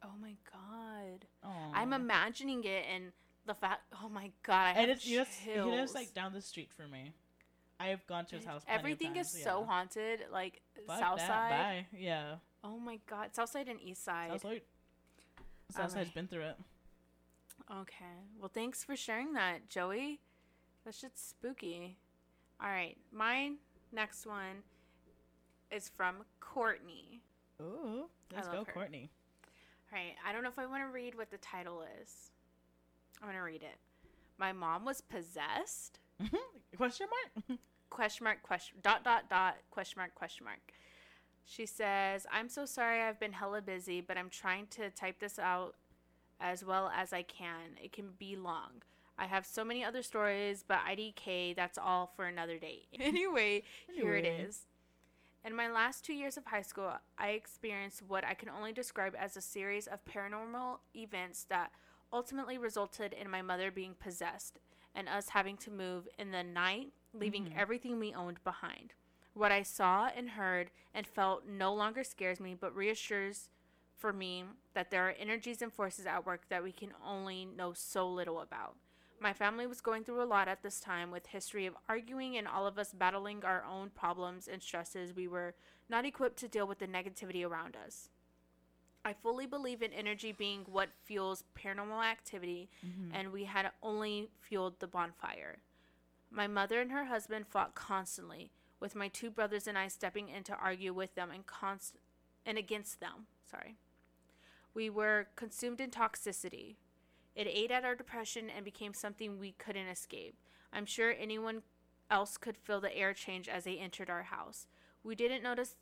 A: Oh my god.
B: Aw.
A: I'm imagining it and the fact oh my god, I
B: Oh. and
A: have
B: it's just he
A: chills.
B: lives like down the street from me. I have gone to his house. plenty of
A: Everything is
B: times,
A: so
B: yeah.
A: haunted, like
B: Fuck
A: South
B: that,
A: Side.
B: Bye. Yeah.
A: Oh my god, South Side and East Side.
B: Southside. Southside's
A: Alright.
B: been through it.
A: Okay. Well, thanks for sharing that, Joey. That shit's spooky. All right. My next one is from Courtney.
B: Ooh, let's
A: love
B: go,
A: her.
B: Courtney.
A: All right. I don't know if I want to read what the title is. I'm going to read it. My mom was possessed?
B: Question mark.
A: Question mark, question, dot, dot, dot, question mark, question mark. She says, I'm so sorry I've been hella busy, but I'm trying to type this out as well as I can. It can be long. I have so many other stories, but IDK, that's all for another day. Anyway, here it
B: Anyway.
A: is. In my last two years of high school, I experienced what I can only describe as a series of paranormal events that ultimately resulted in my mother being possessed and us having to move in the night, leaving everything we owned behind. What I saw and heard and felt no longer scares me, but reassures for me that there are energies and forces at work that we can only know so little about. My family was going through a lot at this time with history of arguing and all of us battling our own problems and stresses we were not equipped to deal with the negativity around us. I fully believe in energy being what fuels paranormal activity and we had only fueled the bonfire. My mother and her husband fought constantly, with my two brothers and I stepping in to argue with them and const- and against them. Sorry. We were consumed in toxicity. It ate at our depression and became something we couldn't escape. I'm sure anyone else could feel the air change as they entered our house. We didn't notice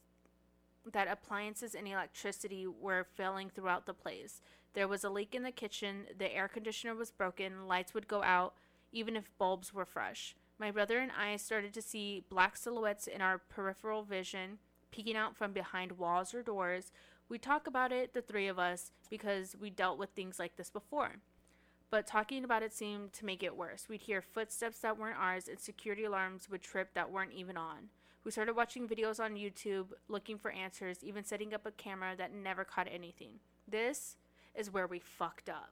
A: that appliances and electricity were failing throughout the place. There was a leak in the kitchen, the air conditioner was broken, lights would go out, even if bulbs were fresh. My brother and I started to see black silhouettes in our peripheral vision, peeking out from behind walls or doors. We talk about it, the three of us, because we dealt with things like this before but talking about it seemed to make it worse. We'd hear footsteps that weren't ours and security alarms would trip that weren't even on. We started watching videos on YouTube, looking for answers, even setting up a camera that never caught anything. This is where we fucked up.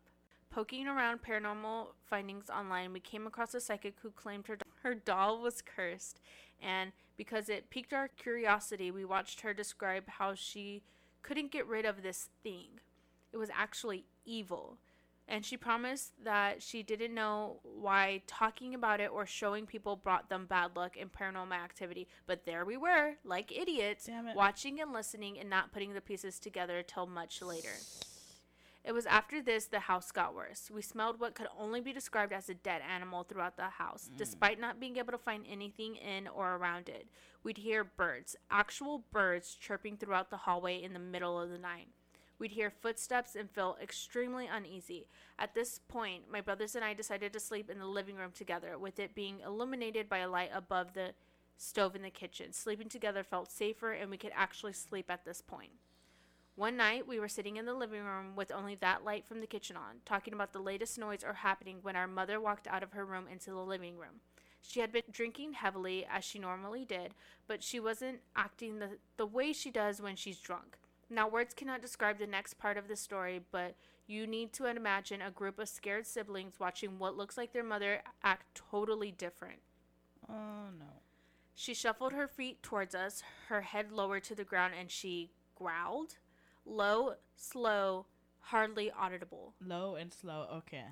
A: Poking around paranormal findings online, we came across a psychic who claimed her, her doll was cursed. And because it piqued our curiosity, we watched her describe how she couldn't get rid of this thing. It was actually evil. and she promised that she didn't know why talking about it or showing people brought them bad luck and paranormal activity. But there we were, like idiots,
B: Damn it.
A: watching and listening and not putting the pieces together till much later. It was after this the house got worse. We smelled what could only be described as a dead animal throughout the house, despite not being able to find anything in or around it. We'd hear birds, actual birds, chirping throughout the hallway in the middle of the night. We'd hear footsteps and feel extremely uneasy. At this point, my brothers and I decided to sleep in the living room together, with it being illuminated by a light above the stove in the kitchen. Sleeping together felt safer, and we could actually sleep at this point. One night, we were sitting in the living room with only that light from the kitchen on, talking about the latest noise or happening when our mother walked out of her room into the living room. She had been drinking heavily, as she normally did, but she wasn't acting the, the way she does when she's drunk. Now, words cannot describe the next part of the story, but you need to imagine a group of scared siblings watching what looks like their mother act totally different.
B: Oh no.
A: She shuffled her feet towards us, her head lowered to the ground, and she growled. Low, slow, hardly auditable.
B: Low and slow. Okay.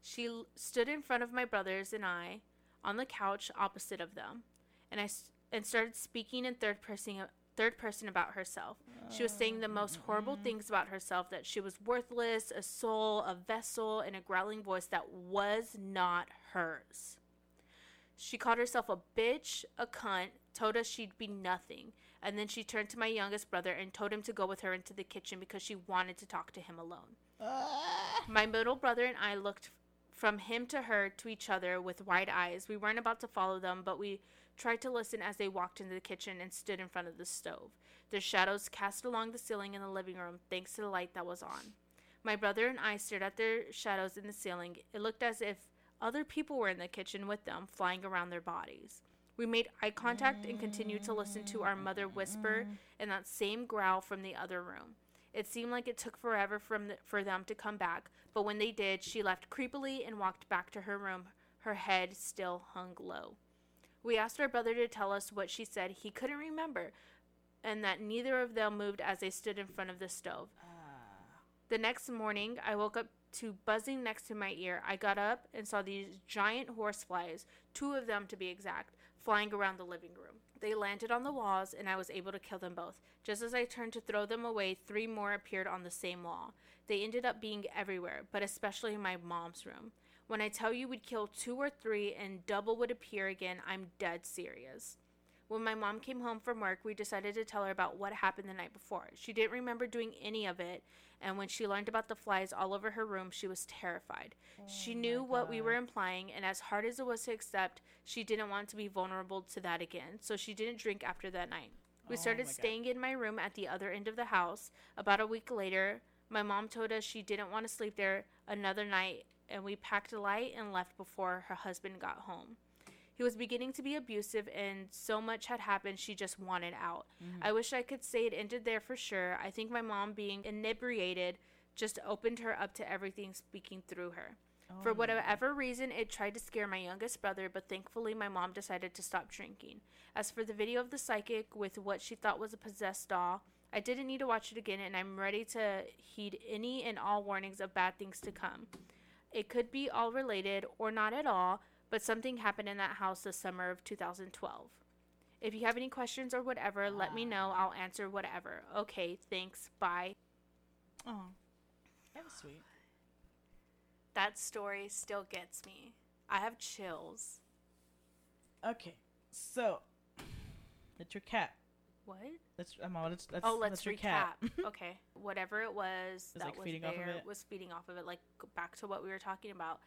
A: She l- stood in front of my brothers and I on the couch opposite of them, and I s- and started speaking in third person third person about herself. She was saying the most horrible things about herself that she was worthless, a soul, a vessel, in a growling voice that was not hers. She called herself a bitch, a cunt, told us she'd be nothing, and then she turned to my youngest brother and told him to go with her into the kitchen because she wanted to talk to him alone.
B: Ah.
A: My middle brother and I looked from him to her to each other with wide eyes. We weren't about to follow them, but we tried to listen as they walked into the kitchen and stood in front of the stove. Their shadows cast along the ceiling in the living room, thanks to the light that was on. My brother and I stared at their shadows in the ceiling. It looked as if other people were in the kitchen with them, flying around their bodies. We made eye contact and continued to listen to our mother whisper and that same growl from the other room. It seemed like it took forever from the, for them to come back, but when they did, she left creepily and walked back to her room. Her head still hung low. We asked our brother to tell us what she said. He couldn't remember, and that neither of them moved as they stood in front of the stove. The next morning, I woke up to buzzing next to my ear. I got up and saw these giant horseflies, two of them to be exact, flying around the living room. They landed on the walls, and I was able to kill them both. Just as I turned to throw them away, three more appeared on the same wall. They ended up being everywhere, but especially in my mom's room. When I tell you we'd kill two or three and double would appear again, I'm dead serious. When my mom came home from work, we decided to tell her about what happened the night before. She didn't remember doing any of it, and when she learned about the flies all over her room, she was terrified. she knew what we were implying, and as hard as it was to accept, she didn't want to be vulnerable to that again, so she didn't drink after that night. We
B: Oh
A: started
B: my God.
A: staying in my room at the other end of the house. About a week later, my mom told us she didn't want to sleep there another night, and we packed a light and left before her husband got home. He was beginning to be abusive, and so much had happened, she just wanted out.
B: Mm-hmm.
A: I wish I could say it ended there for sure. I think my mom, being inebriated, just opened her up to everything speaking through her.
B: Oh
A: For whatever reason, it tried to scare my youngest brother, but thankfully, my mom decided to stop drinking. As for the video of the psychic with what she thought was a possessed doll, I didn't need to watch it again, and I'm ready to heed any and all warnings of bad things to come. It could be all related or not at all, but something happened in that house the summer of 2012. If you have any questions or whatever, let me know. I'll answer whatever. Okay, thanks. Bye.
B: Oh, that was sweet.
A: That story still gets me. I have chills.
B: Okay, so that's your cat.
A: What?
B: That's I'm all. That's, that's
A: oh, let's
B: that's your cat.
A: recap. okay. Whatever it was that
B: like,
A: was
B: feeding
A: there
B: off of it.
A: was feeding off of it. Like g- back to what we were talking about.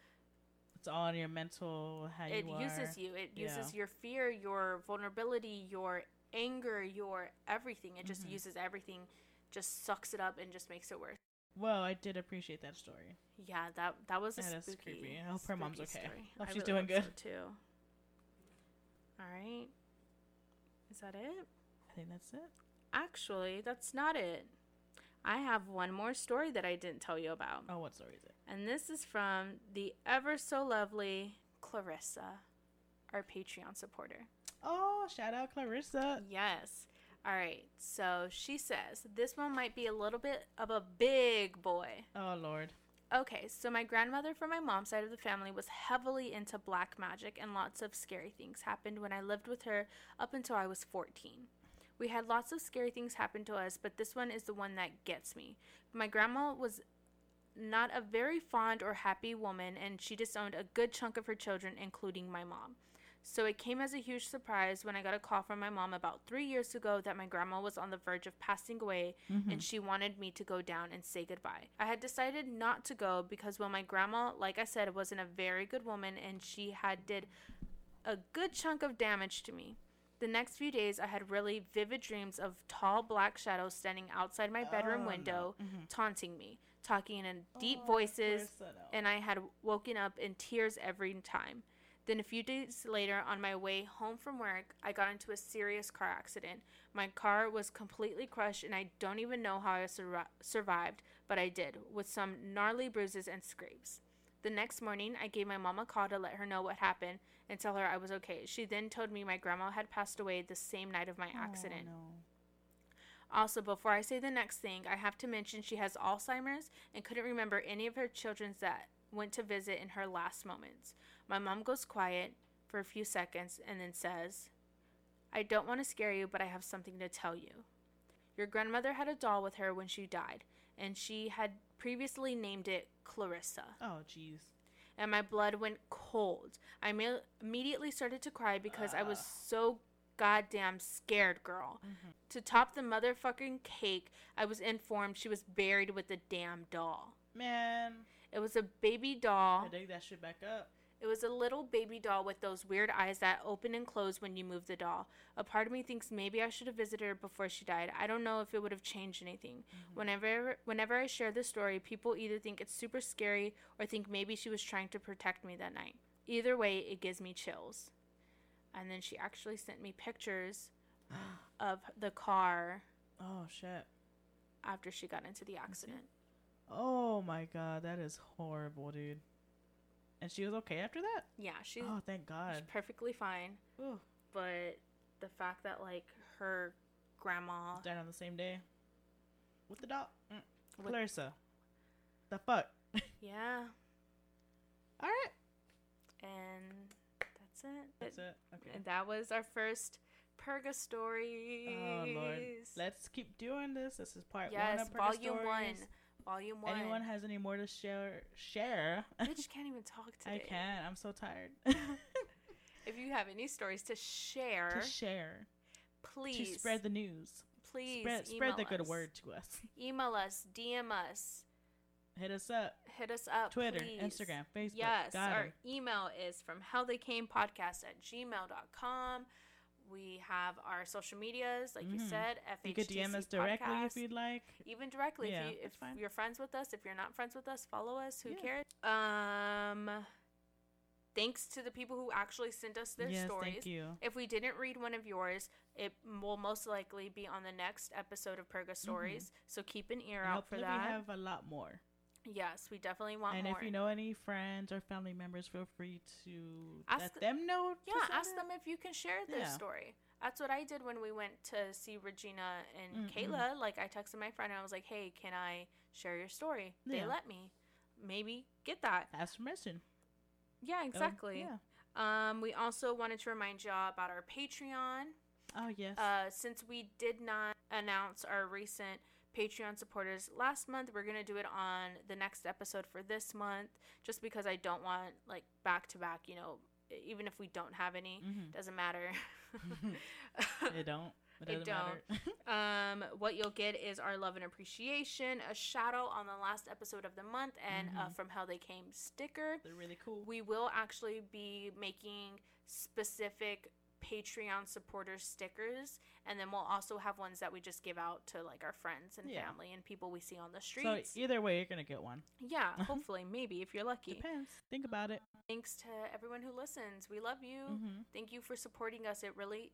B: it's all in your mental. How
A: it
B: you
A: uses
B: are.
A: you. It
B: Yeah.
A: uses your fear, your vulnerability, your anger, your everything. It
B: Mm-hmm.
A: just uses everything, just sucks it up and just makes it worse.
B: Well, I did appreciate that story.
A: Yeah, that that was a
B: That is
A: spooky.
B: creepy. I hope her mom's
A: spooky
B: okay.
A: story.
B: Hope
A: I
B: she's
A: really
B: doing
A: hope so, too. All right. Is that it?
B: I think that's it.
A: Actually, that's not it. I have one more story that I didn't tell you about.
B: Oh, what story is it?
A: And this is from the ever so lovely Clarissa, our Patreon supporter.
B: Oh, shout out Clarissa.
A: Yes. All right. So she says this one might be a little bit of a big boy.
B: Oh Lord.
A: Okay, so my grandmother from my mom's side of the family was heavily into black magic, and lots of scary things happened when I lived with her up until I was 14. We had lots of scary things happen to us, but this one is the one that gets me. My grandma was not a very fond or happy woman, and she disowned a good chunk of her children, including my mom. So it came as a huge surprise when I got a call from my mom about three years ago that my grandma was on the verge of passing away
B: Mm-hmm. Hmm.
A: and she wanted me to go down and say goodbye. I had decided not to go because, well, my grandma, like I said, wasn't a very good woman and she had did a good chunk of damage to me. The next few days, I had really vivid dreams of tall black shadows standing outside my bedroom
B: Oh, no.
A: window, taunting me, talking in deep
B: Oh,
A: voices,
B: Clarissa, no.
A: and I had woken up in tears every time. Then, a few days later, on my way home from work, I got into a serious car accident. My car was completely crushed, and I don't even know how I surri- survived, but I did, with some gnarly bruises and scrapes. The next morning, I gave my mom a call to let her know what happened and tell her I was okay. She then told me my grandma had passed away the same night of my
B: Oh,
A: accident.
B: no.
A: Also, before I say the next thing, I have to mention she has Alzheimer's and couldn't remember any of her children that went to visit in her last moments. My mom goes quiet for a few seconds and then says, I don't want to scare you, but I have something to tell you. Your grandmother had a doll with her when she died, and she had previously named it Clarissa
B: Oh, jeez.
A: and my blood went cold. I me- immediately started to cry because I was so goddamn scared, girl. To top the motherfucking cake, I was informed she was buried with the damn doll.
B: Man,
A: It was a baby doll.
B: I dig that shit back up.
A: It was a little baby doll with those weird eyes that open and close when you move the doll. A part of me thinks maybe I should have visited her before she died. I don't know if it would have changed anything.
B: Hmm.
A: Whenever whenever I share this story, people either think it's super scary or think maybe she was trying to protect me that night. Either way, it gives me chills. And then she actually sent me pictures of the car
B: Oh shit.
A: after she got into the accident.
B: Oh my god, that is horrible, dude. And she was okay after that?
A: Yeah, she's,
B: Oh, thank
A: she's
B: God.
A: perfectly fine,
B: Ooh,
A: but the fact that like her grandma
B: died on the same day. With the dog. Mm.
A: With-
B: Clarissa. The fuck.
A: Yeah,
B: All right.
A: and that's it.
B: That's it. Okay.
A: And that was our first Perga stories.
B: Oh lord. Let's keep doing this. This is part one
A: yes,
B: of Perky
A: volume one,
B: Stories.
A: volume one.
B: Anyone has any more to share? Share.
A: Bitch can't even talk
B: I
A: today.
B: can. I'm so tired.
A: If you have any stories to share,
B: to share.
A: please
B: To spread the news.
A: please
B: spread spread the
A: email
B: good
A: us.
B: word to us.
A: Email us, DM us,
B: Hit us up.
A: hit us up.
B: Twitter,
A: Uh, please.
B: Instagram, Facebook.
A: Yes,
B: Got
A: our
B: 'em.
A: email is from howtheycamepodcast at gmail.com. We have our social medias, like you
B: Mhm.
A: said, FHTC
B: You could DM us directly
A: podcast.
B: if you'd like.
A: even directly
B: Yeah,
A: if, you,
B: that's fine.
A: if you're friends with us if you're not friends with us follow us who
B: Yeah.
A: cares um thanks to the people who actually sent us their
B: yes,
A: stories
B: thank you.
A: if we didn't read one of yours it will most likely be on the next episode of perga stories so keep an ear
B: Mm-hmm. And
A: out for
B: hopefully
A: that
B: we have a lot more.
A: yes we definitely want
B: and
A: more
B: if you know any friends or family members, feel free to
A: Ask
B: let
A: th-
B: them know. to
A: yeah
B: send
A: ask
B: it.
A: them if you can share their
B: Yeah.
A: story that's what i did when we went to see regina and
B: Mm,
A: kayla like i texted my friend and i was like hey can i share your story they
B: Yeah.
A: let me maybe get that
B: Ask permission.
A: Yeah,
B: Go-
A: exactly.
B: Oh, yeah.
A: Um, we also wanted to remind y'all about our Patreon.
B: Oh yes.
A: Uh, since we did not announce our recent Patreon supporters last month, we're gonna do it on the next episode for this month, just because I don't want like back to back. You know, e-, even if we don't have any,
B: Mhm.
A: doesn't matter.
B: It don't. It
A: It
B: doesn't matter.
A: Um, what you'll get is our love and appreciation, a shout out on the last episode of the month, and uh,
B: Mm-hmm.
A: from how they came sticker.
B: They're really cool.
A: We will actually be making specific Patreon supporter stickers, and then we'll also have ones that we just give out to like our friends and
B: Yeah.
A: family and people we see on the
B: so
A: streets.
B: either way, you're gonna get one.
A: yeah, hopefully, maybe if you're lucky.
B: Depends. Think about it.
A: Thanks to everyone who listens. We love you.
B: Mhm.
A: Thank you for supporting us. It really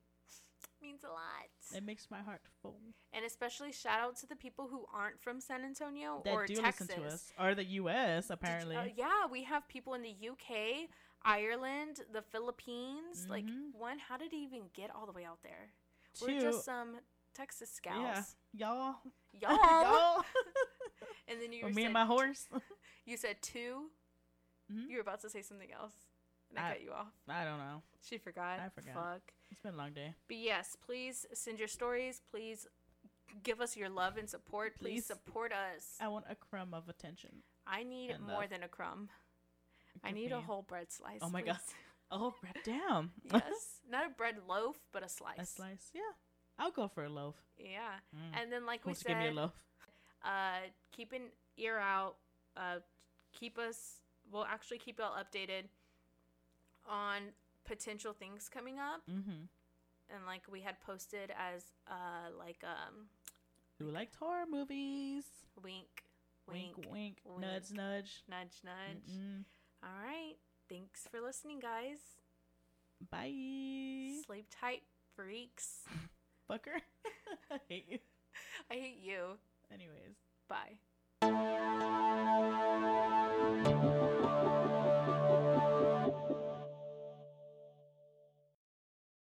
A: means a lot.
B: It makes my heart full.
A: And especially shout out to the people who aren't from San Antonio
B: That
A: Oh, or
B: do
A: Texas.
B: listen to us or the U.S.
A: Did you-
B: Apparently.
A: uh, yeah, we have people in the UK, Ireland, the Philippines. Like,
B: Mhm.
A: one, how did he even get all the way out there?
B: Two,
A: We're just some Texas
B: yeah,
A: scouts.
B: y'all,
A: Y'all.
B: y'all.
A: And then you
B: Or
A: were
B: me
A: said-
B: and my horse.
A: You said 2
B: Mhm.
A: You were about to say something else, and I,
B: I-
A: cut you off.
B: I don't know.
A: She forgot.
B: I forgot.
A: Fuck.
B: It's been a long day.
A: But yes, please send your stories. Please give us your love and support. Please,
B: Please.
A: support us.
B: I want a crumb of attention.
A: I need
B: and
A: more
B: love.
A: than a crumb. I
B: Give
A: need a
B: me-
A: whole bread slice.
B: Oh my
A: please.
B: God. Oh, bread damn.
A: yes, not a bread loaf, but a slice.
B: a slice. Yeah, I'll go for a loaf.
A: Yeah,
B: Mm.
A: and then like we
B: Wants to give me a
A: said,
B: loaf.
A: uh, keep an ear out. Uh, keep us. We'll actually keep y'all updated on potential things coming up.
B: Mm-hmm.
A: And like we had posted as uh like um
B: Who liked horror movies?
A: wink, wink,
B: Wink, wink,
A: wink.
B: nudge, nudge.
A: nudge, nudge.
B: Mm-mm.
A: All right. Thanks for listening, guys.
B: Bye,
A: Sleep tight, freaks.
B: fucker. I hate you.
A: I hate you.
B: Anyways.
A: Bye.